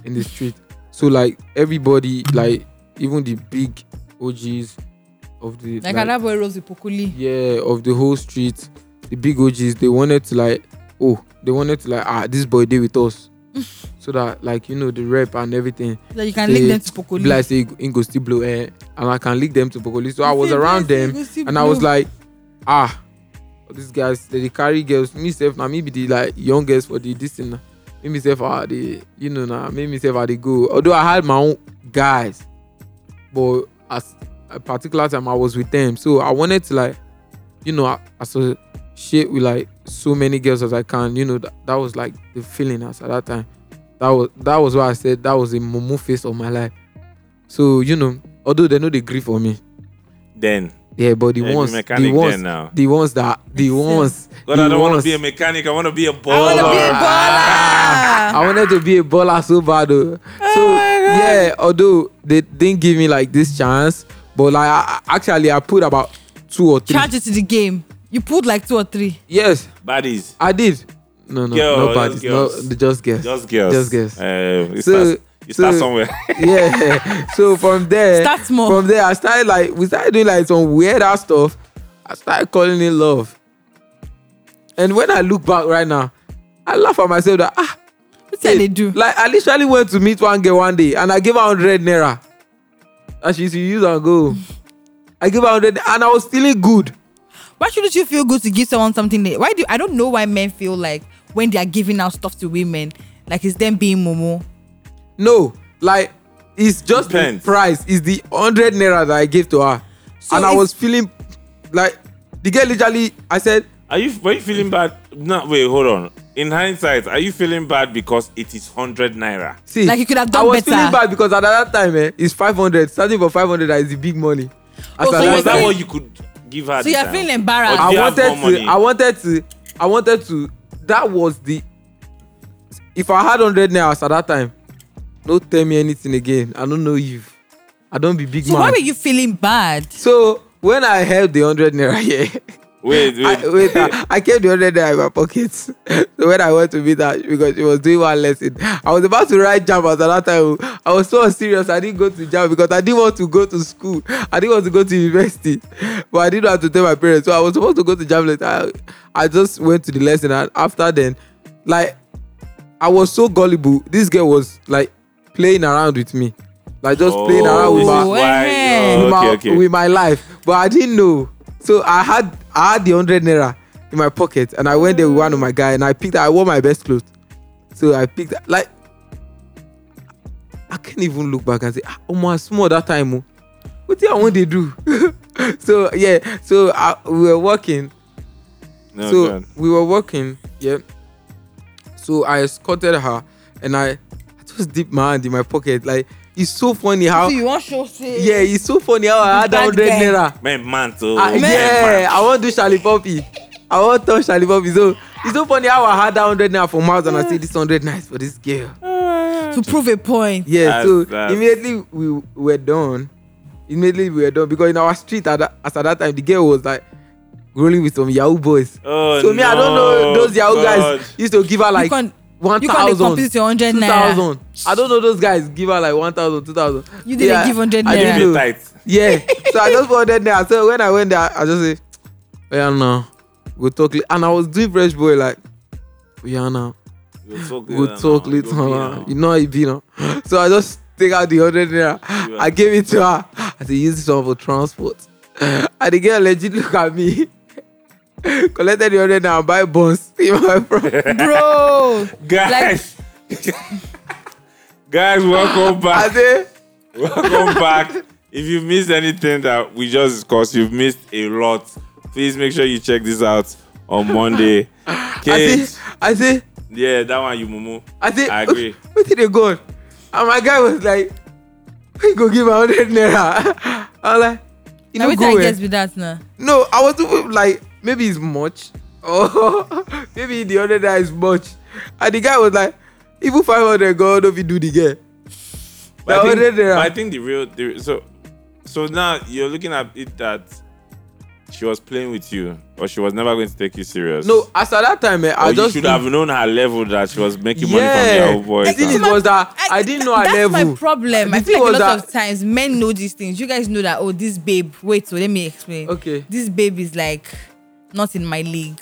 in the street so like everybody like even the big OGs of the
Like,
like-
another boy rose with Pokuli.
yeah of the whole street the big og's they wanted to like oh they wanted to like ah this boy did with us so that like you know the rep and everything
Like you can link
Say,
them to Pokuli.
be like say ingo still blow eh and i can lead them to Bokoli. so i was around them and i was like ah these guys they, dey carry girls myself now maybe the like youngest for the this thing me myself ah the you know now me myself ah they go although i had my own guys but as a particular time I was with them. So I wanted to like, you know, a- associate with like so many girls as I can. You know, that, that was like the feeling as at that time. That was that was why I said that was a mumu phase of my life. So you know, although they know they grieve for me,
Then
yeah, but the
Yeah, you
ones, the
mechanic
ones,
then now.
the ones that
(laughs)
the ones,
God,
the
I don't want to
ones-
be a mechanic. I want to be a baller.
I
"Ah."
want to be a baller. Oh
I wanted to be a baller so bad though. So yeah, although they didn't give me like this chance, but like I, I- actually I put about two or three.
Charge it to the game. You put like two or three.
Yes,
Baddies,
I did. No, no,
Girl,
no
just
bodies, no,
girls.
just guess.
just girls.
Just girls.
Uh, you
So-
start, you start
so-
somewhere. (laughs)
yeah. (laughs) So from there,
Start small.
From there, I started like we started doing like some weird ass stuff. I started calling it love. And when I look back right now, I laugh at myself that ah,
What can they do?
Like I literally went to meet one girl one day and I gave her 100 naira. And she used to use and go. I gave her 100 and I was feeling good.
Why shouldn't you feel good to give someone something? They, why do I don't know why men feel like when they are giving out stuff to women, like it's them being momo.
No, like it's just
Depends.
the price. It's the 100 naira that I gave to her.
So
and I
if-
was feeling like the girl literally, I said,
Are you were you feeling bad? No, wait, hold on. In hindsight, are you feeling bad because it is hundred naira?
see,
Like, you could have done
I was
better.
feeling bad because at that time, eh, it's 500. Starting for 500 that is the big money. As
Oh,
at
so
that
Was
wait,
that
wait.
time,
what you could give her?
So you're feeling embarrassed.
Or
I
do you have
wanted
more
to,
money?
I wanted to, I wanted to, that was the, if I had 100 naira as at that time, don't tell me anything again. I don't know you. I don't be big
So why
man.
were you feeling bad?
so when I held the hundred naira (laughs) here,
Wait, wait.
I, wait,
(laughs)
I, I kept the hundred naira in my pocket. (laughs) So when I went to meet her, because she was doing one lesson, I was about to write jam at that time. I was so serious. I didn't go to jam because I didn't want to go to school. I didn't want to go to university, (laughs) but I didn't have to tell my parents. So I was supposed to go to jam later. I, I just went to the lesson, and after then, like I was so gullible. This girl was like playing around with me, like just
oh,
playing
this
around with
is
my
why.
Oh,
oh,
with, my,
okay, okay.
with my life, but I didn't know. So I had I had the hundred naira in my pocket, and I went there with one of my guy, and I picked. I wore my best clothes, so I picked like. I can't even look back and say, "Ah, Omo, I small that time. oh. What do I want to do?" (laughs) so yeah, so I, we were walking.
No,
so
Oh, God.
we were walking. Yeah. So I escorted her, and I, I just dipped my hand in my pocket. Like it's so funny how
so you want show say
yeah, it's so funny how I had
Bad
that hundred
guy.
naira.
Man, man, too.
I-
Man,
yeah,
man.
I want to do Charlie Poppy. I want to touch Charlie Poppy. So it's so funny how I had that hundred naira for miles and I say this hundred nice for this girl.
to prove a point.
Yeah,
That's-
so
that's-
immediately we were done. Immediately we were done because in our street at that, as at that time the girl was like rolling with some Yahoo boys.
Oh,
so me, I don't
no,
know those Yahoo
God.
guys used to give her like
you can't
one
you can't
thousand.
compete with your hundred naira.
2000 i don't know those guys give her like 1000 2000
You didn't give
I
100
Keep
didn't
naira.
it
know.
tight.
yeah so i just wanted that so when i went there i just say yeah now we'll talk li-. and i was doing fresh boy like yeah now
We'll
(sighs)
talk
we'll talk later
You'll be
now.
now.
(laughs) you know how it be now so i just take out the 100 naira
You
i
are-
gave it to her i said use this one for transport (laughs) and the girl legit look at me (laughs) collected the 100 naira and buy buns in my front
(laughs)
(laughs)
Bro,
Guys. Guys,
(laughs)
welcome
i
back.
say
Welcome back. If you missed anything that we just discussed, you've missed a lot. Please make sure you check this out on Monday.
(laughs) i
Kids,
say i say
yeah, that one you mumu.
I said, (laughs)
I agree.
Where did they go? And my guy was like, we go give her 100 naira. (laughs) I was like, you
now
know,
wait
go
till I
away.
guess with that now.
No, I was even like, maybe it's much. (laughs) Oh, maybe the 100 naira is much. And the guy was like, even 500 go, don't be do the girl.
But I, think,
already there.
but I think the real the, so so now you're looking at it that she was playing with you, or she was never going to take you serious.
No, as at that time, eh,
or
I
Oh, you
just.
should have known her level that she was making
Yeah.
money from the old boy.
The thing is- It was that I didn't know her
that's
level.
my problem.
The
I
thing
feel like
was
a lot
that-
of times men know these things. You guys know that. Oh, this babe. Wait, so let me explain.
Okay.
This babe is like not in my league,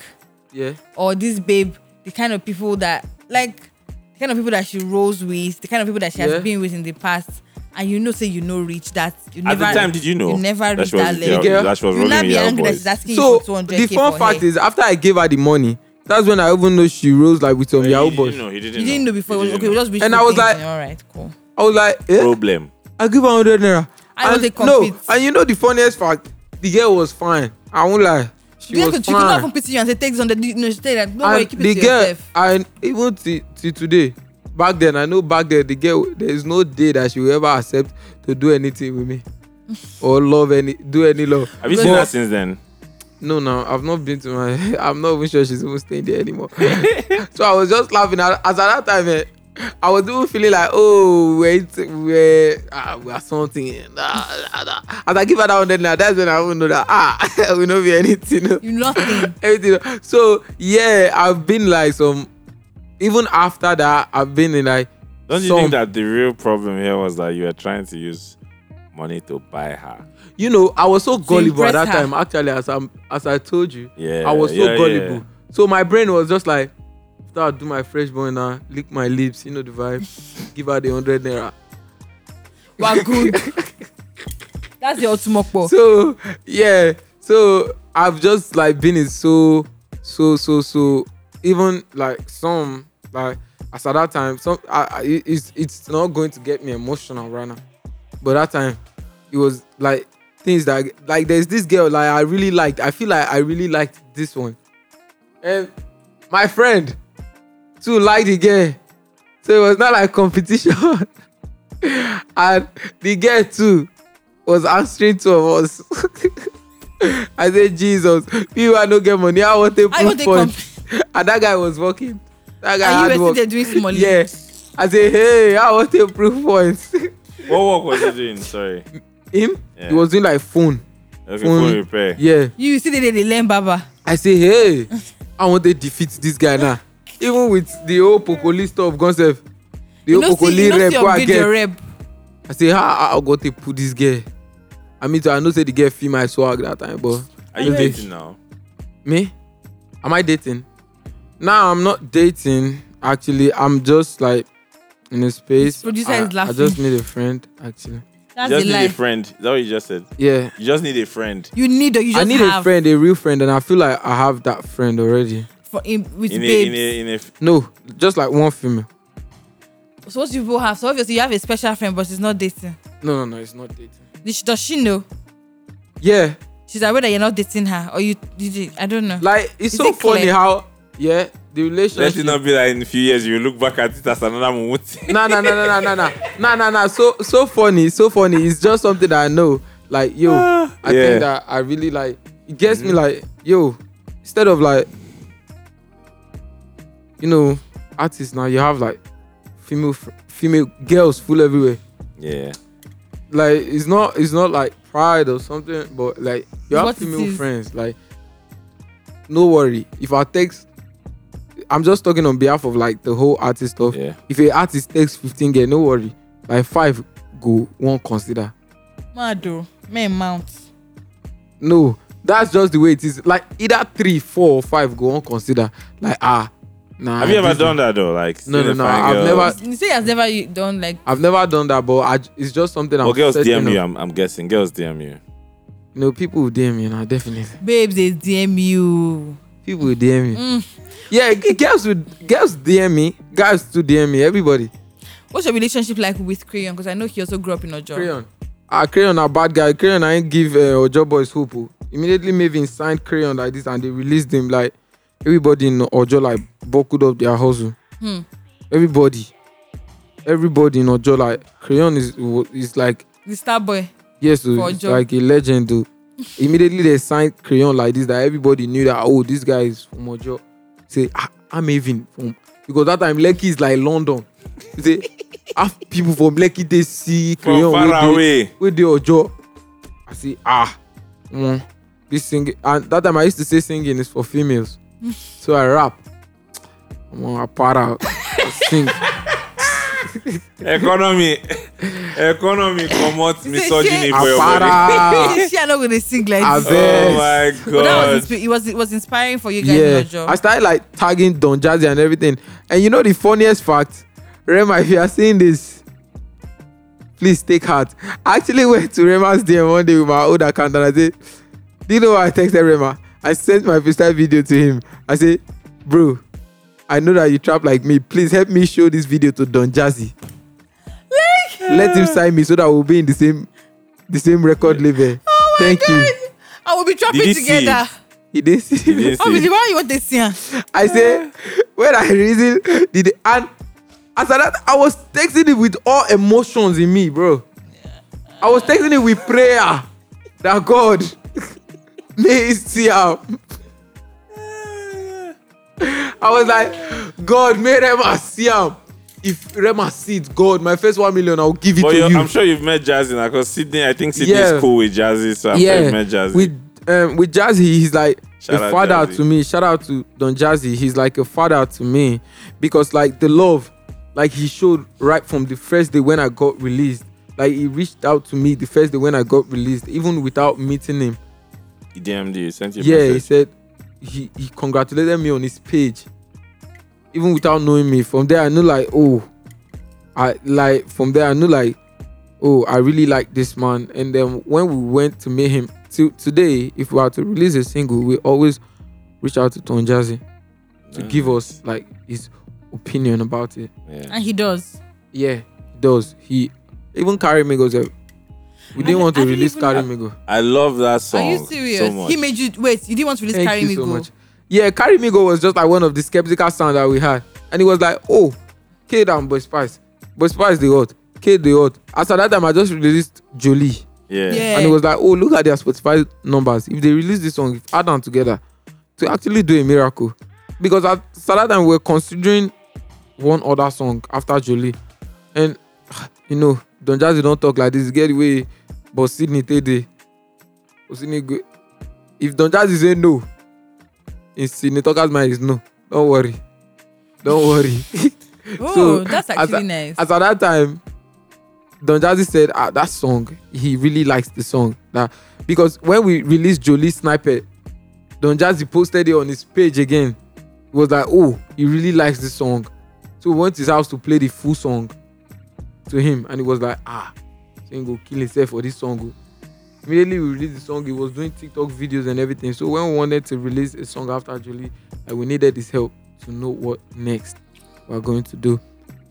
Yeah.
or this babe, the kind of people that like, the kind of people that she rolls with, the kind of people that she
Yeah.
has been with in the past, and you know, say you know, reach that. You
At
never,
the time, did you know
You never
that
reach
she was
that
with your-
level.
Girl,
that she was
You'll
rolling with
not be
your
angry that
boys?
she's asking
So
you for 200
the fun fact
is
is, after I gave her the money, that's when I even know she rose like with some
He
Yahoo
didn't
boys.
know, he didn't
you didn't know before.
He
it
didn't
was- okay, we
know.
just be
And I was like-
all right, cool.
I was like, eh?
problem.
I give her 100 naira.
I know
And
they
No,
compete.
and you know the funniest fact, the girl was fine. I won't lie. She
Yes,
was
but she could not
fine.
even pity you and say take this on the no, she tell you that don't worry,
And
keep it
the
to
girl,
yourself.
and even till till today, back then, I know back then, the girl, there is no day that she will ever accept to do anything
(laughs)
with me or love any, do any love.
Have you
But-
seen her since then?
No, no, I've not been to my. (laughs) I'm not even sure she's even staying there anymore. (laughs) so I was just laughing at, as at that time. Eh, I was even feeling like, oh, wait, we're, ah, we are something. Nah, nah, nah. As I give her that hundred now, that's when I will know that ah, (laughs) we don't be anything. no.
You nothing.
Everything. So yeah, I've been like some. Even after that, I've been in like.
Don't you
some,
think that the real problem here was that you were trying to use money to buy her?
you know, I was so gullible at
impress
that
her.
time. Actually, as I'm, as I told you,
Yeah,
I was so
yeah,
gullible.
yeah.
So my brain was just like, after I do my fresh boy now, lick my lips, you know the vibe, (laughs) give her the hundred naira.
We're good. That's the ultimate
(laughs)
ball.
So yeah, so I've just like been in so, so, so, so. Even like some like as at that time, some I, I, it- it's it's not going to get me emotional right now. But that time, it was like things that like there's this girl like I really liked. I feel like I really liked this one, and my friend too liked the girl, so it was not like competition. (laughs) and the girl too was answering to us. (laughs) I said, Jesus, people are not get money. I want a
How you
proof
take
point. (laughs) And that guy was working. That guy
and
had
you were
work. (laughs)
still there doing small
Yeah. I said, hey, I want a proof point. (laughs)
What work was he doing? Sorry.
Him?
Yeah.
He was doing like phone.
okay,
phone-
phone repair.
Yeah.
You see the day they learn Baba.
I say, hey, I want to defeat this guy now. Even with the whole Pokoli stuff, Gonsev, the
You
whole
know, see,
Pokoli
you know,
rep
see
wey
your
I
video
get.
rep.
I say, how I got to put this girl? I mean, I know say the girl feel my swag that time, but
Are you
Yeah.
dating now?
me, am I dating? Nah, I'm not dating. Actually, I'm just like in a space.
This producer
I,
is laughing.
I just need a friend, actually.
That's
you just
the
need a
life.
friend. Is that what you just said?
Yeah.
You just need a friend.
You need or you just
I need
have
a friend, a real friend, and I feel like I have that friend already.
for in, with
In a,
babes.
in a, in a, f-
No, just like one female.
So what you both have? So obviously you have a special friend, but she's not dating.
No, no, no, it's not dating.
Does she, does she know?
Yeah,
She's aware that you're not dating her, or you did you, I don't know.
like it's
Is
so
it clear?
funny how yeah the
let it
relationship.
not be that in a few years you look back at it as another moment.
Nah, nah, nah, nah, nah, nah, nah, nah, nah, nah. So so funny, so funny. It's just something that I know. Like yo, (laughs) I
Yeah.
think that I really like. It gets me like yo, instead of like, you know, artists now you have like female fr- female girls full everywhere.
yeah.
like it's not it's not like pride or something, but like you have
What it
female
is.
friends. Like no worry. If I text I'm just talking on behalf of like the whole artist stuff.
Yeah.
If a artist takes 15 get no worry. Like five go won't consider.
Mado, men mount.
No, that's just the way it is. Like either three, four, or five go won't consider. Like ah nah.
Have you ever
this-
done that though? Like
No, no,
seen a
no,
fine
I've
girl-
never-
You say has never you done like
I've never done that, but I, it's just something I'm
Well, girls
setting
DM you.
up.
I'm, I'm guessing girls DM you.
You know, people will DM you now, definitely.
babes they DM you.
People will DM me.
Mm.
Yeah, g- girls would girls DM me. Guys to DM me. Everybody.
What's your relationship like with Crayon? Because I know he also grew up in Ojo.
Crayon. Ah, Crayon a bad guy. Crayon I ain't give uh, Ojo boys hope. oh. Immediately Maven signed Crayon like this and they released him like everybody in Ojo like buckled up their hustle.
Hmm.
Everybody. Everybody in Ojo like Crayon is wa- is like
The star boy.
yes, oh,
For
it's
Ojo.
like a legend. oh. Immediately they signed Crayon like this that everybody knew that oh this guy is from Ojo. Say ah, I'm Maven from because that time Lekki is like London. You say (laughs) half people from Lekki they see
From
Crayon wey
far
dey-
away.
wey dey ojo i say ah mm, this singing and that time i used to say singing is for females so i rap omo i para I sing (laughs)
Economy. Economy promotes
Say,
misogyny
say-
for your
Apara.
body.
(laughs)
Ah.
she are not gonna sing like
Ah,
this.
babe.
Oh
Yes.
my
But that was
god.
inspi- it was it was inspiring for you guys in
yeah
Ojo.
i started like tagging don jazzy and everything and you know the funniest fact rema if you are seeing this please take heart i actually went to rema's dm one day with my old account and i said do you know why i texted rema i sent my freestyle video to him i said bro i know that you trap like me please help me show this video to don jazzy let him sign me so that we'll be in the same the same record label
oh my
thank
god.
you
I will be
Did he
trapping
see
together.
he didn't see
You
me.
didn't
Oh,
see.
but the one you want to sing.
I say, when I reason, did the- and as at that, I was texting it with all emotions in me, bro. I was texting it with prayer that God (laughs) may He see her. I was like, God, may Rema see him. If Rema sees God, my first one million, I'll give it
But
to
you
you.
I'm sure you've met Jazzy now because Sydney, I think Sydney
Yeah.
is cool with Jazzy, so I'm sure
yeah,
you've met Jazzy.
with um, with Jazzy, he's like
Shout
a
out
father
Jazzy.
to me. Shout out to Don Jazzy. He's like a father to me because like the love, like he showed right from the first day when I got released. Like he reached out to me the first day when I got released, even without meeting him.
He DM'd you, sent you a
yeah, he
message.
said he he congratulated me on his page, even without knowing me. From there, I knew like oh, I like from there I knew like oh I really like this man. And then when we went to meet him to today, if we are to release a single, we always reach out to Ton Jazzy to
Nice.
give us like his opinion about it.
Yeah.
And he does.
Yeah, he does he even Carrie Migo? said, We
I-
didn't want
I
to
didn't
release
even-
Carrie Migo.
I love that song.
Are you serious?
So much.
He made you wait. You didn't want to release
Thank
Carry
you
Me
so
Go.
much. Yeah, Carry Me Go was just like one of the skeptical sound that we had. And it was like, oh, K down Boy Spice. Boy Spice the hot. K the hot. After that time, I just released Jolie.
yeah.
Yeah.
And it was like, oh, look at their Spotify numbers. If they release this song, if add them together, to actually do a miracle. Because at that time, we were considering one other song after Jolie. And (sighs) you know, Don Jazzy don't talk like this. Get away, but Sydney Tede, oh, Sydney go. If Don Jazzy say no, in Sydney Talker's mind is no. Don't worry, don't worry.
Oh,
So,
that's
as
actually
I-
nice.
As at that time, Don Jazzy said ah, that song, he really likes the song. That because when we released Jolie Sniper, Don Jazzy posted it on his page again. It was like, oh, he really likes this song. So we went to his house to play the full song to him, and he was like, ah, so he go kill himself for this song. oh." Immediately we released the song, he was doing TikTok videos and everything. So when we wanted to release a song after Jolie, like, we needed his help to know what next we're going to do.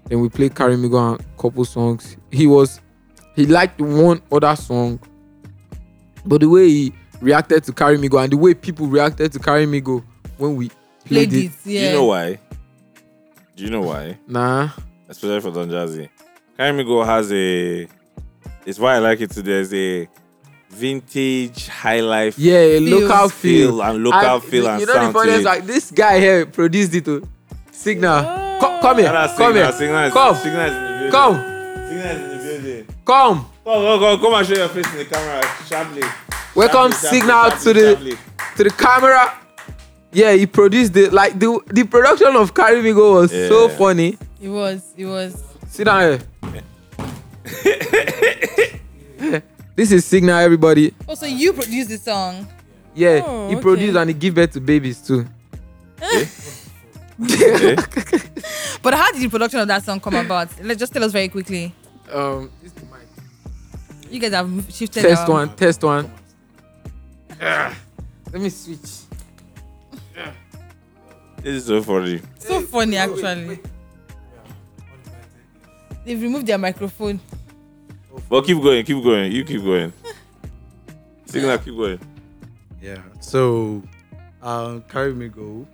Then we played Carry Me Go and a couple songs. He was he liked one other song, but the way he reacted to Carry Me Go and the way people reacted to Carry Me Go when we played,
Played
it,
it. Yeah.
Do you know why? Do you know why?
nah,
Especially for Don Jazzy. Carry Go has a. It's why I like it too. There's a vintage high life
yeah, a
Feel.
local feel,
feel and local
And
feel and
you know
sound.
the
to
funniest
it.
like this guy here produced it. Oh. Signal,
Oh.
Co- come here,
Shout out
come
Signal,
here,
Signal is-
Come.
Signal is in the building.
come,
Signal is in the building.
come.
Come, come, come, come and show your face in the camera sharply.
Welcome
Sharply,
Signal
sharply,
to the.
sharply.
to the camera. Yeah, he produced the like the the production of Carry Me Go was so
Yeah.
funny.
it was. It was.
Sit down
(laughs)
here. this is Signal, everybody.
Oh, so you produced the song.
Yeah,
Oh,
he produced
okay.
and he give birth to babies too.
Eh?
(laughs) But how did the production of that song come about? Let's just tell us very quickly.
(laughs) um,
You guys have moved- shifted.
test
our-
one, test one. Ah, Let me switch.
This is so funny.
So funny, actually. They've removed their microphone.
But keep going, keep going. You keep going.
(laughs)
Signal, keep going.
Yeah. So, um, Carry Me Go,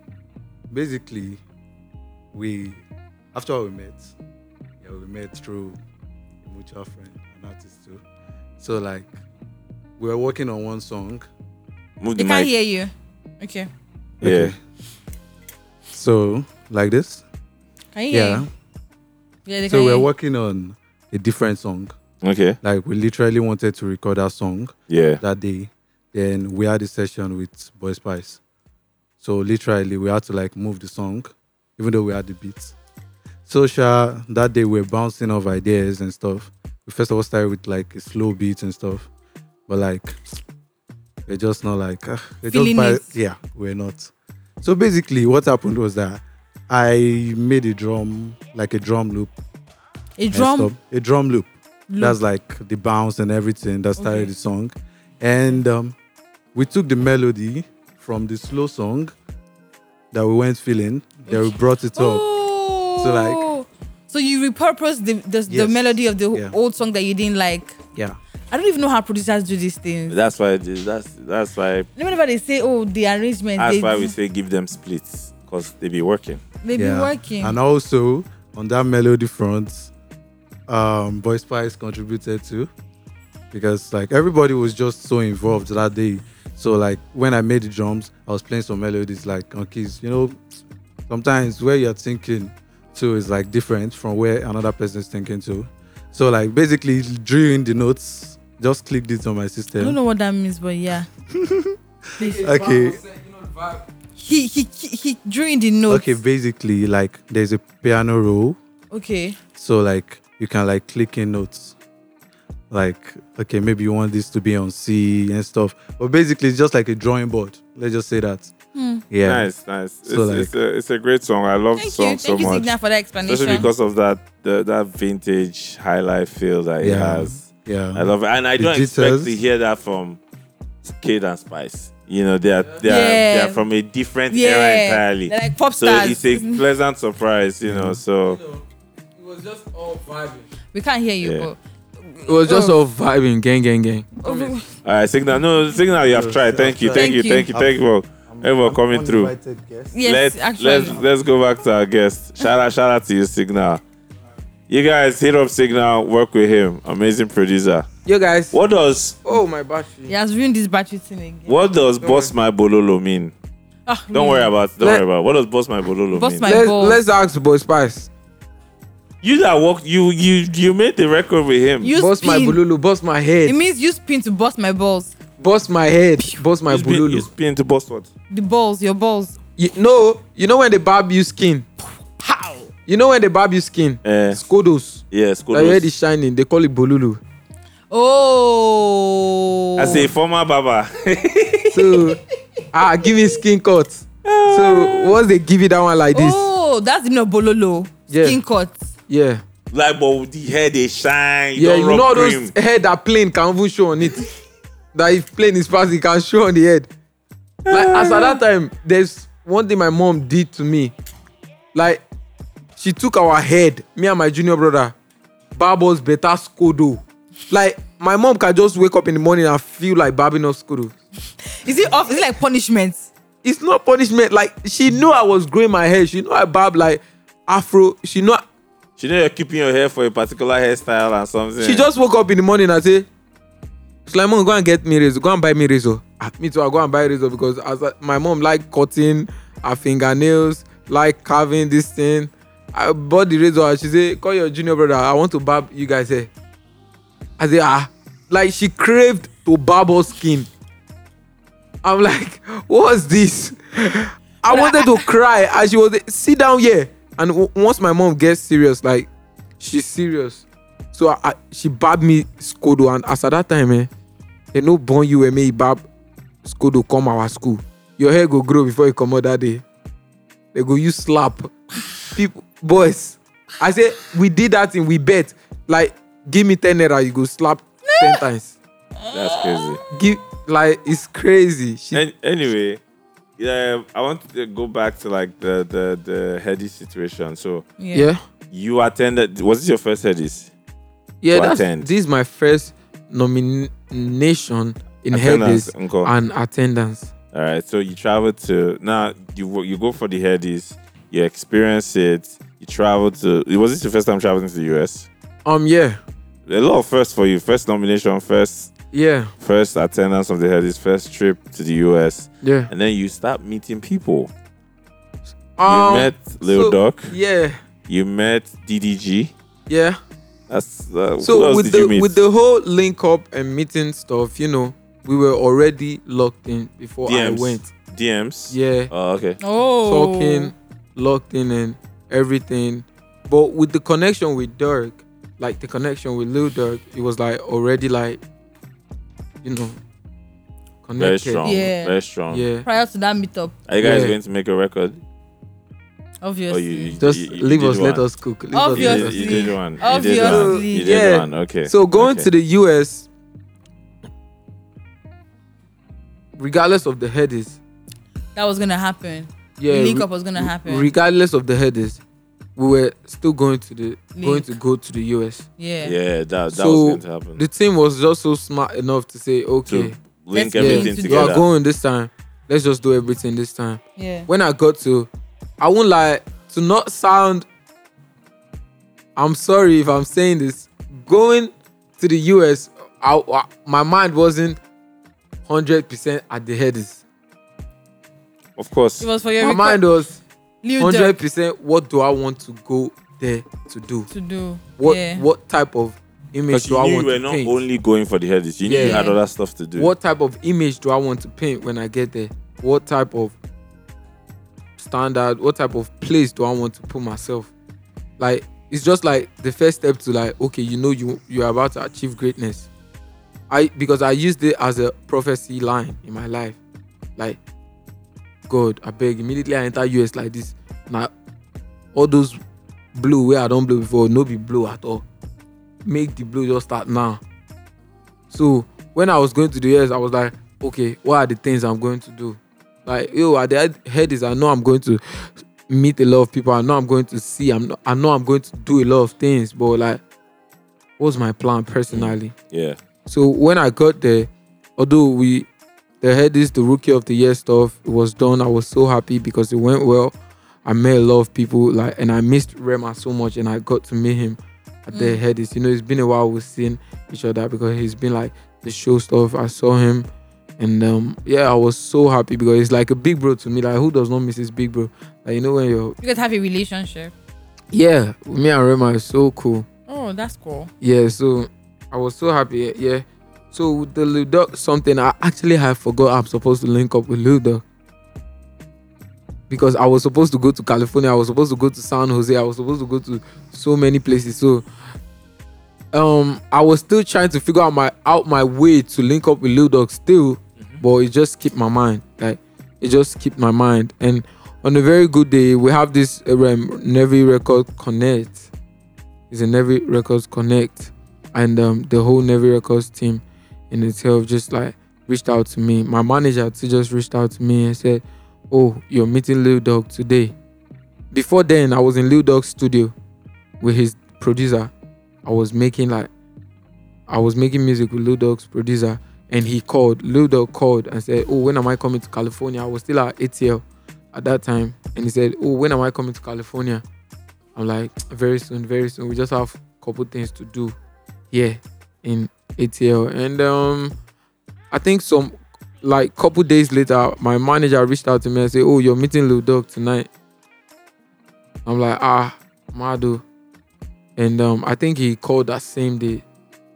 basically, we, after we met, yeah, we met through a mutual friend, an artist too. So, like, we were working on one song.
Move
They
the
can't
mic.
hear you. Okay.
Yeah.
Okay. So, like this?
Can you hear? you? Yeah. They
So,
can
we
hear
were
you.
working on a different song.
Okay.
Like, we literally wanted to record our song.
Yeah.
that day. Then we had a session with Boy Spice. So literally we had to like move the song, even though we had the beats. So Sha, that day we were bouncing off ideas and stuff. We first of all started with like a slow beat and stuff. But like we're just not like ah, we're
Feeling
just by,
it.
yeah, we're not. So basically what happened was that I made a drum, like a drum loop.
A
and
drum.
stuff. A drum loop
loop.
that's like the bounce and everything that started
Okay.
the song and um, we took the melody from the slow song that we weren't feeling then we brought it up
Oh.
So, like-
So you repurposed the the, the
Yes.
melody of the
Yeah.
old song that you didn't like.
yeah
I don't even know how producers do these things.
That's why. That's that's why.
Whenever they say, "Oh, the arrangement,"
That's
they
why
do-
we say give them splits because they be working.
they be
yeah.
working.
and also on that melody front um boy spice contributed too because like everybody was just so involved that day so like when i made the drums i was playing some melodies like on keys you know sometimes where you're thinking to is like different from where another person is thinking to so like basically drew in the notes just clicked it on
I
my
don't
system
know what that means, but yeah,
okay
he he he, he drew in the notes.
okay basically like there's a piano roll
Okay.
So like you can like click in notes. Like, okay, maybe you want this to be on C and stuff. But basically it's just like a drawing board. Let's just say that. Yeah.
Nice, nice. It's,
So,
it's, a, it's a great song. I love the
Thank
song
you,
so
thank you,
much,
Signa, for that
especially
explanation.
because of that the, that vintage high life feel that it
Yeah.
has.
Yeah.
I love it, and I
The
don't expect
details.
to hear that from Kid and Spice. You know, they are they are,
Yeah.
they are from a different era
yeah,
entirely.
They're like pop
So
stars.
it's a pleasant surprise, you know. So
It was just all vibing.
(laughs) we can't hear you,
Yeah.
It was just all vibing, gang, gang, gang.
but oh,
Mm-hmm.
all right, uh, signal. No, signal. You have
Yes,
tried.
I've
Thank you,
tried.
thank you, thank you, thank you. Everyone coming through.
(laughs) yes,
let's,
actually.
let's let's go back to our guest. Shout out, shout out to you, Signal. You guys hit up Signal, work with him. Amazing producer.
Yo guys.
What does
Oh my battery.
He has ruined this battery thing again.
what does
Don't
boss my bololo mean?
Ah,
Don't
me.
worry about don't
Let-
worry about it. what does boss my bololo
Boss
mean?
my-
let's,
balls.
let's ask Boy Spice.
You that walked, you you you made the record with him.
You
Bust my
spin.
bululu, bust my head,
It means you spin to bust my balls.
bust my head, bust my
You spin- you
bululu.
spin to bust what?
The balls, your balls.
You know, you know when they barb you skin. How? You know when they barb you skin.
Eh.
Skodos.
Yeah,
That head is
Skodos.
shining. They call it bululu.
Oh.
As a former barber, (laughs)
So, ah, give me skin cut. So once they give you that one like this,
Oh, that's the name of Bololo.
Yeah.
Skin cut.
yeah,
like but with the hair they shine. You
yeah,
don't
you know
rub
all
cream.
those head that plane can even show on it. (laughs) that if plane is fast, it can show on the head. Like as at that time, there's one thing my mom did to me. Like she took our head, me and my junior brother, barbers better skodo. Like my mom can just wake up in the morning and feel like barbing off skodo.
Is it off? Is it like punishment?
it's not punishment. Like she knew I was growing my hair. She knew I barb like afro. She know
She know you're keeping your hair for a particular hairstyle and something.
eh. she just woke up in the morning and say, Slimon, go and get me razor. Go and buy me razor. Ah, me too. I go and buy razor because as I, my mom like cutting her fingernails, like carving this thing. I bought the razor and she said, call your junior brother. I want to barb you guys hair. I say, ah, like she craved to barb her skin. I'm like, what's this? I wanted to cry and she was sit down here. And w- once my mom gets serious, like she's serious. So I, I, she barbed me Skodo, and as at that time, eh, they no born you and me barb Skodo come our school. Your hair go grow before you come out that day. They go use slap. People, boys, I say we did that thing. We bet like give me ten naira, you go slap ten times.
That's crazy.
Give like it's crazy. She,
An- anyway, yeah, I want to go back to like the the the heady situation. So
yeah,
you attended. Was this your first headies?
yeah.
To
That's,
attend.
this is my first nomination in
Attendance, Oh.
headaches
uncle.
and attendance.
All right. So you travel to now. You wo- you go for the headies. You experience it. You travel to. Was this your first time traveling to the US?
Um, yeah,
A lot of firsts for you. First nomination. First
yeah,
first attendance of the headies. First trip to the US.
yeah.
And then you start meeting people.
Um,
you met Lil
so-
Doc.
Yeah,
You met DDG.
yeah.
That's uh, who
So
else
with
did you
the
meet?
with the whole link up and meeting stuff, you know, we were already locked in before I
DMs.
went.
DMs.
Yeah,
Oh, okay.
Oh.
talking, locked in, and everything. But with the connection with Dirk, like the connection with Lil Dirk, it was like already like, you know,
Very
connected.
strong.
Yeah.
Very strong.
Yeah.
Prior to that meetup,
Are you guys
Yeah.
going to make a record?
obviously.
Oh, you, you,
Just
you, you
leave
did
us.
One.
Let us cook. Leave us,
You
let
did,
us
you
Obviously.
did one. You did one.
Obviously.
You did
Yeah.
one. Okay.
So going
okay.
to the US, regardless of the headers,
that was gonna happen.
yeah,
Link
re-
up was gonna
re-
happen.
Regardless of the headers, we were still going to the going
Link.
to go to the US.
Yeah.
yeah, that that
So,
was going to happen.
The team was just so smart enough to say, okay,
to link
Let's
everything
do it.
we are
together.
going this time. Let's just do everything this time.
Yeah.
When I got to, I won't lie to not sound. I'm sorry if I'm saying this. Going to the US, I, I- my mind wasn't hundred percent at the headers.
Of course.
It was for your
My
record.
mind was
Lil
hundred
Durk
percent. What do I want to go there to do?
to do.
What
yeah.
what type of
Because
image do
you
I
knew you
want
were
to
not
paint?
only going for the headies. You knew you
Yeah.
had other stuff to do.
what type of image do I want to paint when I get there? What type of standard, what type of place do I want to put myself? Like it's just like the first step to like, okay, you know you you're about to achieve greatness. I because I used it as a prophecy line in my life. Like, God, I beg immediately I enter US like this. Now all those blue where I don't blow before, no be blue at all. Make the blue just start now. So when I was going to the US, I was like, okay, what are the things I'm going to do? Like, yo, at the head is I know I'm going to meet a lot of people. I know I'm going to see. I'm I know I'm going to do a lot of things, but like, what's my plan personally?
Yeah.
So when I got there, although we the head is the rookie of the year stuff it was done, I was so happy because it went well. I met a lot of people like and I missed Rema so much and I got to meet him at the head is. You know, it's been a while we've seen each other because he's been like the show stuff. I saw him and um yeah, I was so happy because he's like a big bro to me. Like who does not miss his big bro? Like you know when you're
You guys have a relationship.
Yeah, me and Rema is so cool.
Oh, that's cool.
Yeah, so I was so happy. Yeah. So with the Lil Duck something, I actually had forgot I'm supposed to link up with Lil Duck. Because I was supposed to go to California, I was supposed to go to San Jose, I was supposed to go to so many places. So um I was still trying to figure out my out my way to link up with Lil Duck still, but it just kept my mind. Like it just kept my mind. And on a very good day, we have this uh, um, Navy Record Connect. It's a Navy Records Connect, and um, the whole Navy Records team in itself just like reached out to me. My manager too just reached out to me and said, "Oh, you're meeting Lil Dog today." Before then, I was in Lil Dog's studio with his producer. I was making like I was making music with Lil Dog's producer, and he called. Lil Dog called and said, "Oh, when am I coming to California?" I was still at ATL at that time, and he said, "Oh, when am I coming to California?" I'm like, "Very soon, very soon. We just have a couple things to do here in ATL." And um, I think some like couple days later, my manager reached out to me and said, "Oh, you're meeting Lil Dog tonight." I'm like, "Ah, Mado," and um, I think he called that same day,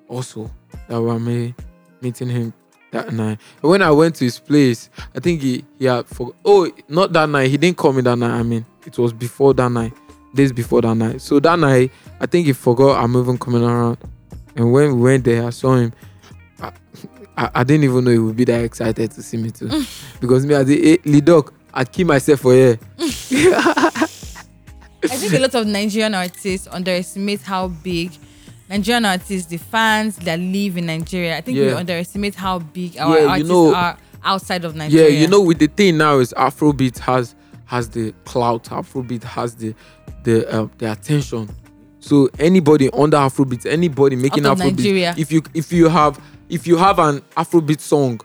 also that we're me- meeting him that night. And when I went to his place, I think he he had for oh not that night. He didn't call me that night. I mean, it was before that night, days before that night. So that night, I think he forgot I'm even coming around. And when we went there, I saw him. I, I, I didn't even know he would be that excited to see me too, because me I did hey, Lidok, I kill myself for here.
I think a lot of Nigerian artists underestimate how big Nigerian artists, the fans that live in Nigeria. I think we
Yeah.
underestimate how big our
Yeah, you
artists
know-
are outside of
yeah
Nigeria.
you know with the thing now is afrobeat has has the clout afrobeat has the the uh, the attention so anybody under afrobeat anybody making
Out of
afrobeat
Nigeria.
if you if you have if you have an afrobeat song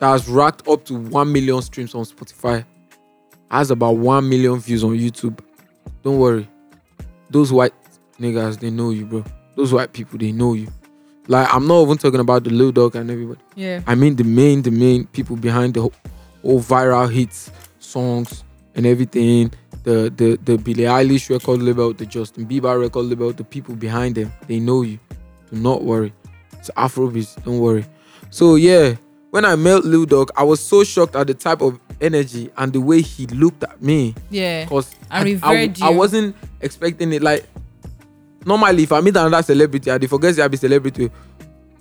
that has racked up to 1 million streams on spotify has about 1 million views on youtube don't worry those white niggas they know you bro those white people they know you like i'm not even talking about the little dog and everybody
Yeah.
I mean the main the main people behind the whole, whole viral hits, songs and everything. The the the Billie Eilish record label, the Justin Bieber record label, the people behind them, they know you. Do not worry. It's Afrobeats. Don't worry. So yeah, when I met Lil Dog, I was so shocked at the type of energy and the way he looked at me.
Yeah.
Cause
And
I, I,
revered
I
you.
wasn't expecting it. Like normally, if I meet another celebrity, I dey forget say I be celebrity.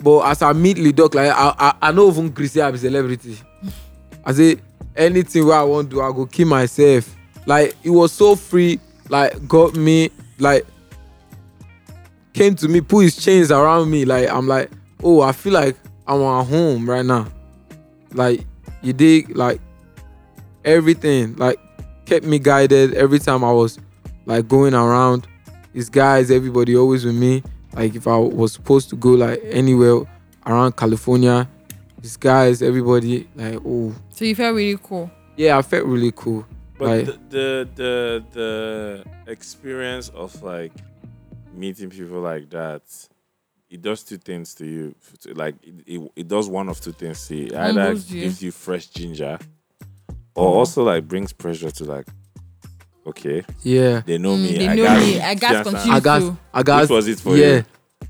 But as I meet Lidok, like I I, I no even gree say I be
(laughs)
celebrity. I say anything wey I wan do, I go kill myself. Like it was so free. Like got me like came to me, put his chains around me. Like I'm like, oh, I feel like I'm at home right now. Like you dig like everything like kept me guided every time I was like going around. These guys, everybody always with me. Like if I was supposed to go like anywhere around California, these guys, everybody, like oh
So you felt really cool.
yeah, I felt really cool.
But
Like-
the, the the the experience of like meeting people like that, it does two things to you. To- Like it, it, it does one of two things to you. It Either
Humbles you. Mm.
gives you fresh ginger, or also like brings pressure to like, okay,
Yeah,
they know me.
Mm, they
I
know
got
me. I got confused.
I
You
got,
too.
I got.
Which was it for
yeah.
you?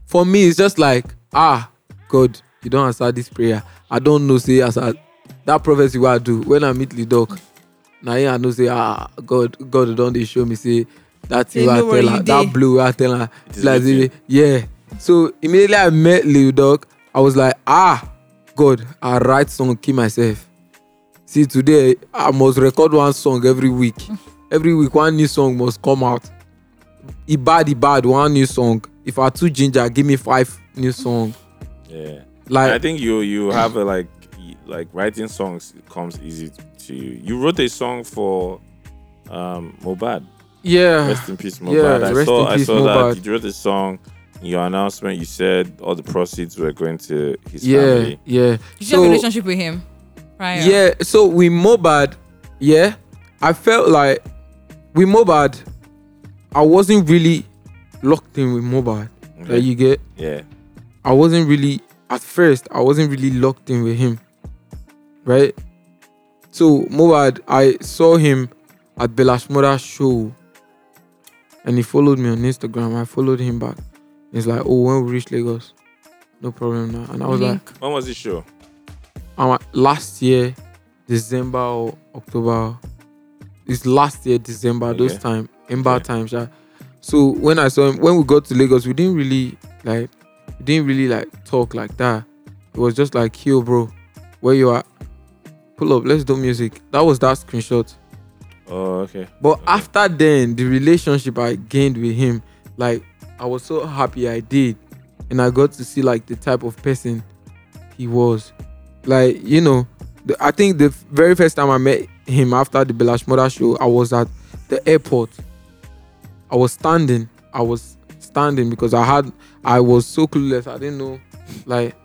for me, it's just like ah, God, you don't answer this prayer. I don't know say as I, that prophecy what I do when I meet the dog. Now I know say ah, God, God don't they show me say that
They
thing I
know where
tell
you
her,
dey.
that blue what I tell her.
It is
Like,
written.
yeah. So immediately I met Lil Dog, I was like ah, God, I write song kill myself. See, today I must record one song every week.
(laughs)
Every week, one new song must come out. E bad, e bad, one new song. If I two ginger, give me five new song.
Yeah. I
Like,
think you you have a like y- like writing songs comes easy to you. You wrote a song for um Mobad.
yeah,
Rest in peace,
Ah, Yeah,
Mobad. I
rest
saw
in
I
peace,
saw
Mohbad.
that you wrote a song. In your announcement, you said all the proceeds were going to his
yeah,
family.
yeah.
Did you have
So-
a relationship with him? Prior.
Yeah, so with Mobad, yeah, I felt like with Mobad, I wasn't really locked in with Mobad.
Okay.
Like, you get,
Yeah,
I wasn't really at first I wasn't really locked in with him. Right? So Mobad, I saw him at Belashmora show. and he followed me on Instagram. I followed him back. He's like, oh, when we reach Lagos, no problem now. And I was like,
Link.
When was this show?
I'm like, last year, December or October. It's last year, December, those
Okay.
time, Ember
Okay.
times. Yeah. So when I saw him, when we got to Lagos, we didn't really like, we didn't really like talk like that. It was just like, yo, bro, where you at? Pull up, let's do music. That was that screenshot.
Oh, okay.
But after then, the relationship I gained with him, like I was so happy I did, and I got to see like the type of person he was. Like you know, the, I think the very first time I met him after the Belash Mother show, I was at the airport. I was standing. I was standing because I had I was so clueless. I didn't know like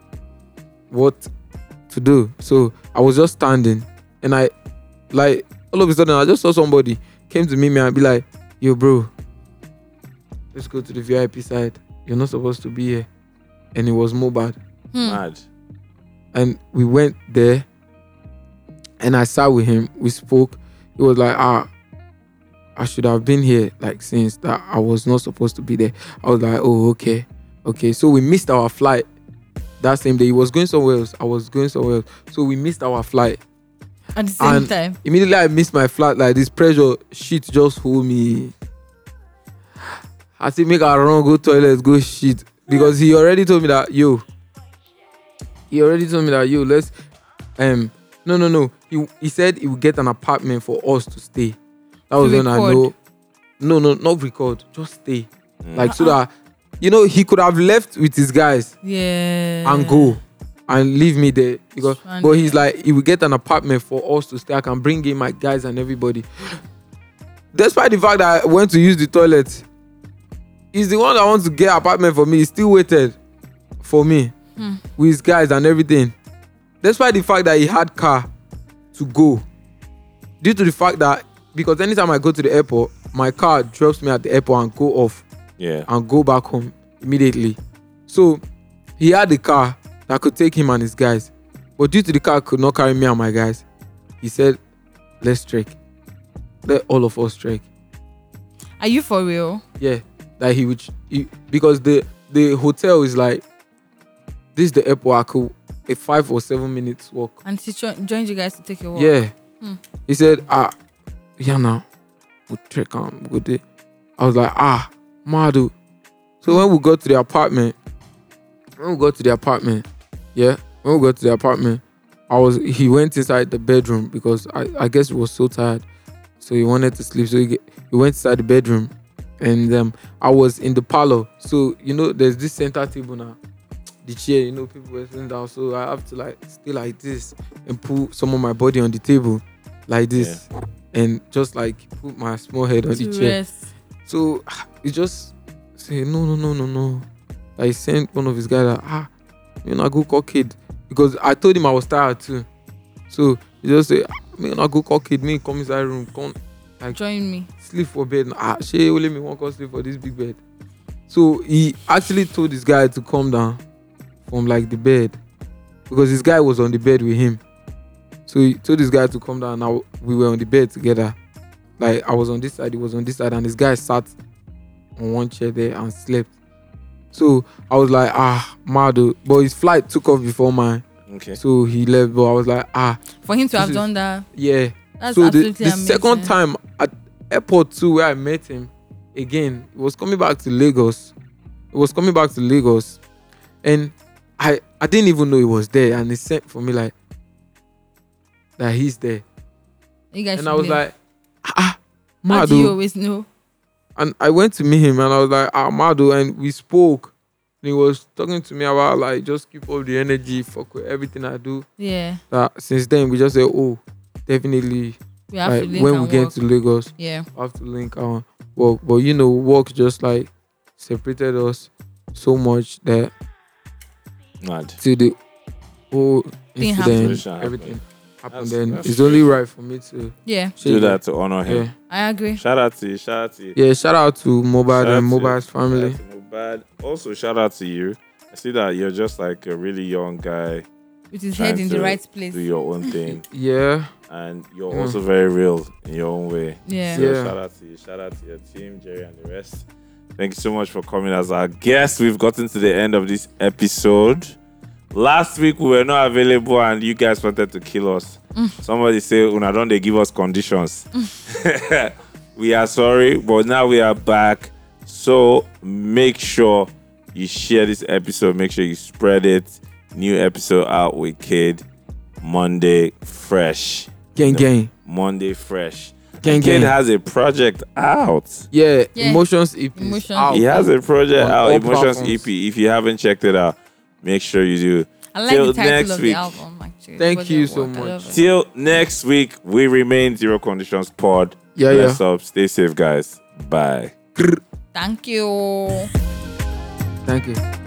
what to do. So I was just standing, and I like all of a sudden I just saw somebody came to meet me and be like, "Yo, bro, let's go to the VIP side. You're not supposed to be here." And it was Mobad,
Hmm.
Mad.
and we went there, and I sat with him. We spoke. It was like, ah, I should have been here like since that I was not supposed to be there. I was like, oh, okay, okay. So we missed our flight that same day. He was going somewhere else. I was going somewhere else. So we missed our flight
At the same
And-
time.
immediately I missed my flat, like this pressure shit just hold me. I say make I run, go toilet, go shit. Because he already told me that yo. He already told me that yo, let's um no no no. He he said he would get an apartment for us to stay. That
To
was when I
record.
know. No, no, not record. Just stay.
Mm.
Hmm. Like so
Uh-uh.
that you know he could have left with his guys
Yeah.
and go and leave me there because
Stranded.
but he's like he will get an apartment for us to stay i can bring in my guys and everybody (gasps) despite the fact that i went to use the toilet he's the one that wants to get apartment for me he still waited for me
Hmm.
with his guys and everything despite the fact that he had car to go due to the fact that because anytime i go to the airport my car drops me at the airport and go off
Yeah.
and go back home immediately. So he had a car that could take him and his guys, but due to the car could not carry me and my guys, he said, "Let's trek. Let all of us trek."
Are you for real?
Yeah, that he would he, because the the hotel is like this is the airport. I could a five or seven minutes walk.
And she jo- joined you guys to take a walk.
Yeah.
Hmm.
He said, ah, yeah, now we check on good day. I was like, ah, Madu. So when we got to the apartment, when we got to the apartment, yeah, when we got to the apartment, I was he went inside the bedroom because I, I guess he was so tired, so he wanted to sleep. So he, ge- he went inside the bedroom, and um, I was in the parlor. So you know, there's this center table now, the chair. You know, people were sitting down, so I have to like stay like this and put some of my body on the table like this and just like put my small head on
To
the chair.
rest.
So he just say no no no no no. I sent one of his guys that ah you know I go call kid because I told him I was tired too. So he just say "Ah, me not go call kid me come inside room come
Join me.
sleep for bed. Ah, she only me one come sleep for this big bed. So he actually told this guy to come down from like the bed because this guy was on the bed with him. So he told this guy to come down. Now we were on the bed together. Like I was on this side, he was on this side, and this guy sat on one chair there and slept. So I was like, ah, mad. oh." But his flight took off before mine.
Okay.
So he left. But I was like, ah,
For him to
This
have
is-
done that,
yeah
that's
so the,
absolutely
the
amazing.
second time at airport two where I met him again, he was coming back to Lagos. He was coming back to Lagos, and I I didn't even know he was there, and he sent for me like that he's there,
you guys
and
should
I was
be-
like, ah,
how do you
Madu,
always know?
and I went to meet him, and I was like, ah, Madu, and we spoke. And he was talking to me about like just keep up the energy, fuck with everything I do.
Yeah,
That since then we just said, oh, definitely,
we have
like
to
when
link
we
and
get
work.
to Lagos,
yeah,
have to link our work. But you know, work just like separated us so much that
Mad.
till the whole
Thing
incident,
happened.
everything happened.
That's-
Then
that's
it's
true.
only right for me to
yeah.
Do
share
that to honor him.
Yeah.
I agree.
Shout out to you. Shout out to you.
yeah, shout out to Mobile
Shout out
and
to-
Mobile's family.
Shout out to Mohbad. Also, shout out to you. I see that you're just like a really young guy.
with his
trying
head in the
to
right place.
do your own
(laughs)
thing,
Yeah.
and you're
Mm.
also very real in your own way.
Yeah.
So
Yeah.
shout out to you, shout out to your team, Jerry, and the rest. Thank you so much for coming as our guest. We've gotten to the end of this episode. Last week we were not available, and you guys wanted to kill us. Somebody say, "Una don't they give us conditions?" (laughs) we are sorry, but now we are back. So make sure you share this episode. Make sure you spread it. New episode out with Kid Monday Fresh.
Gang,
No.
gang.
Monday Fresh.
Gang,
Kid
gang.
has a project out.
yeah,
Yeah.
Emotions EP. is
Emotions.
out.
He has a project
On
out,
all
Emotions
oh, platforms.
EP. If you haven't checked it out, make sure you do.
I like
Till
the title
next
of
week.
the album actually.
Thank
What
you
the
so
work, I
much.
love it.
Till next week, we remain Zero Conditions Pod.
Yeah,
Bless
yeah.
up. Stay safe, guys. Bye.
Thank you.
Thank you.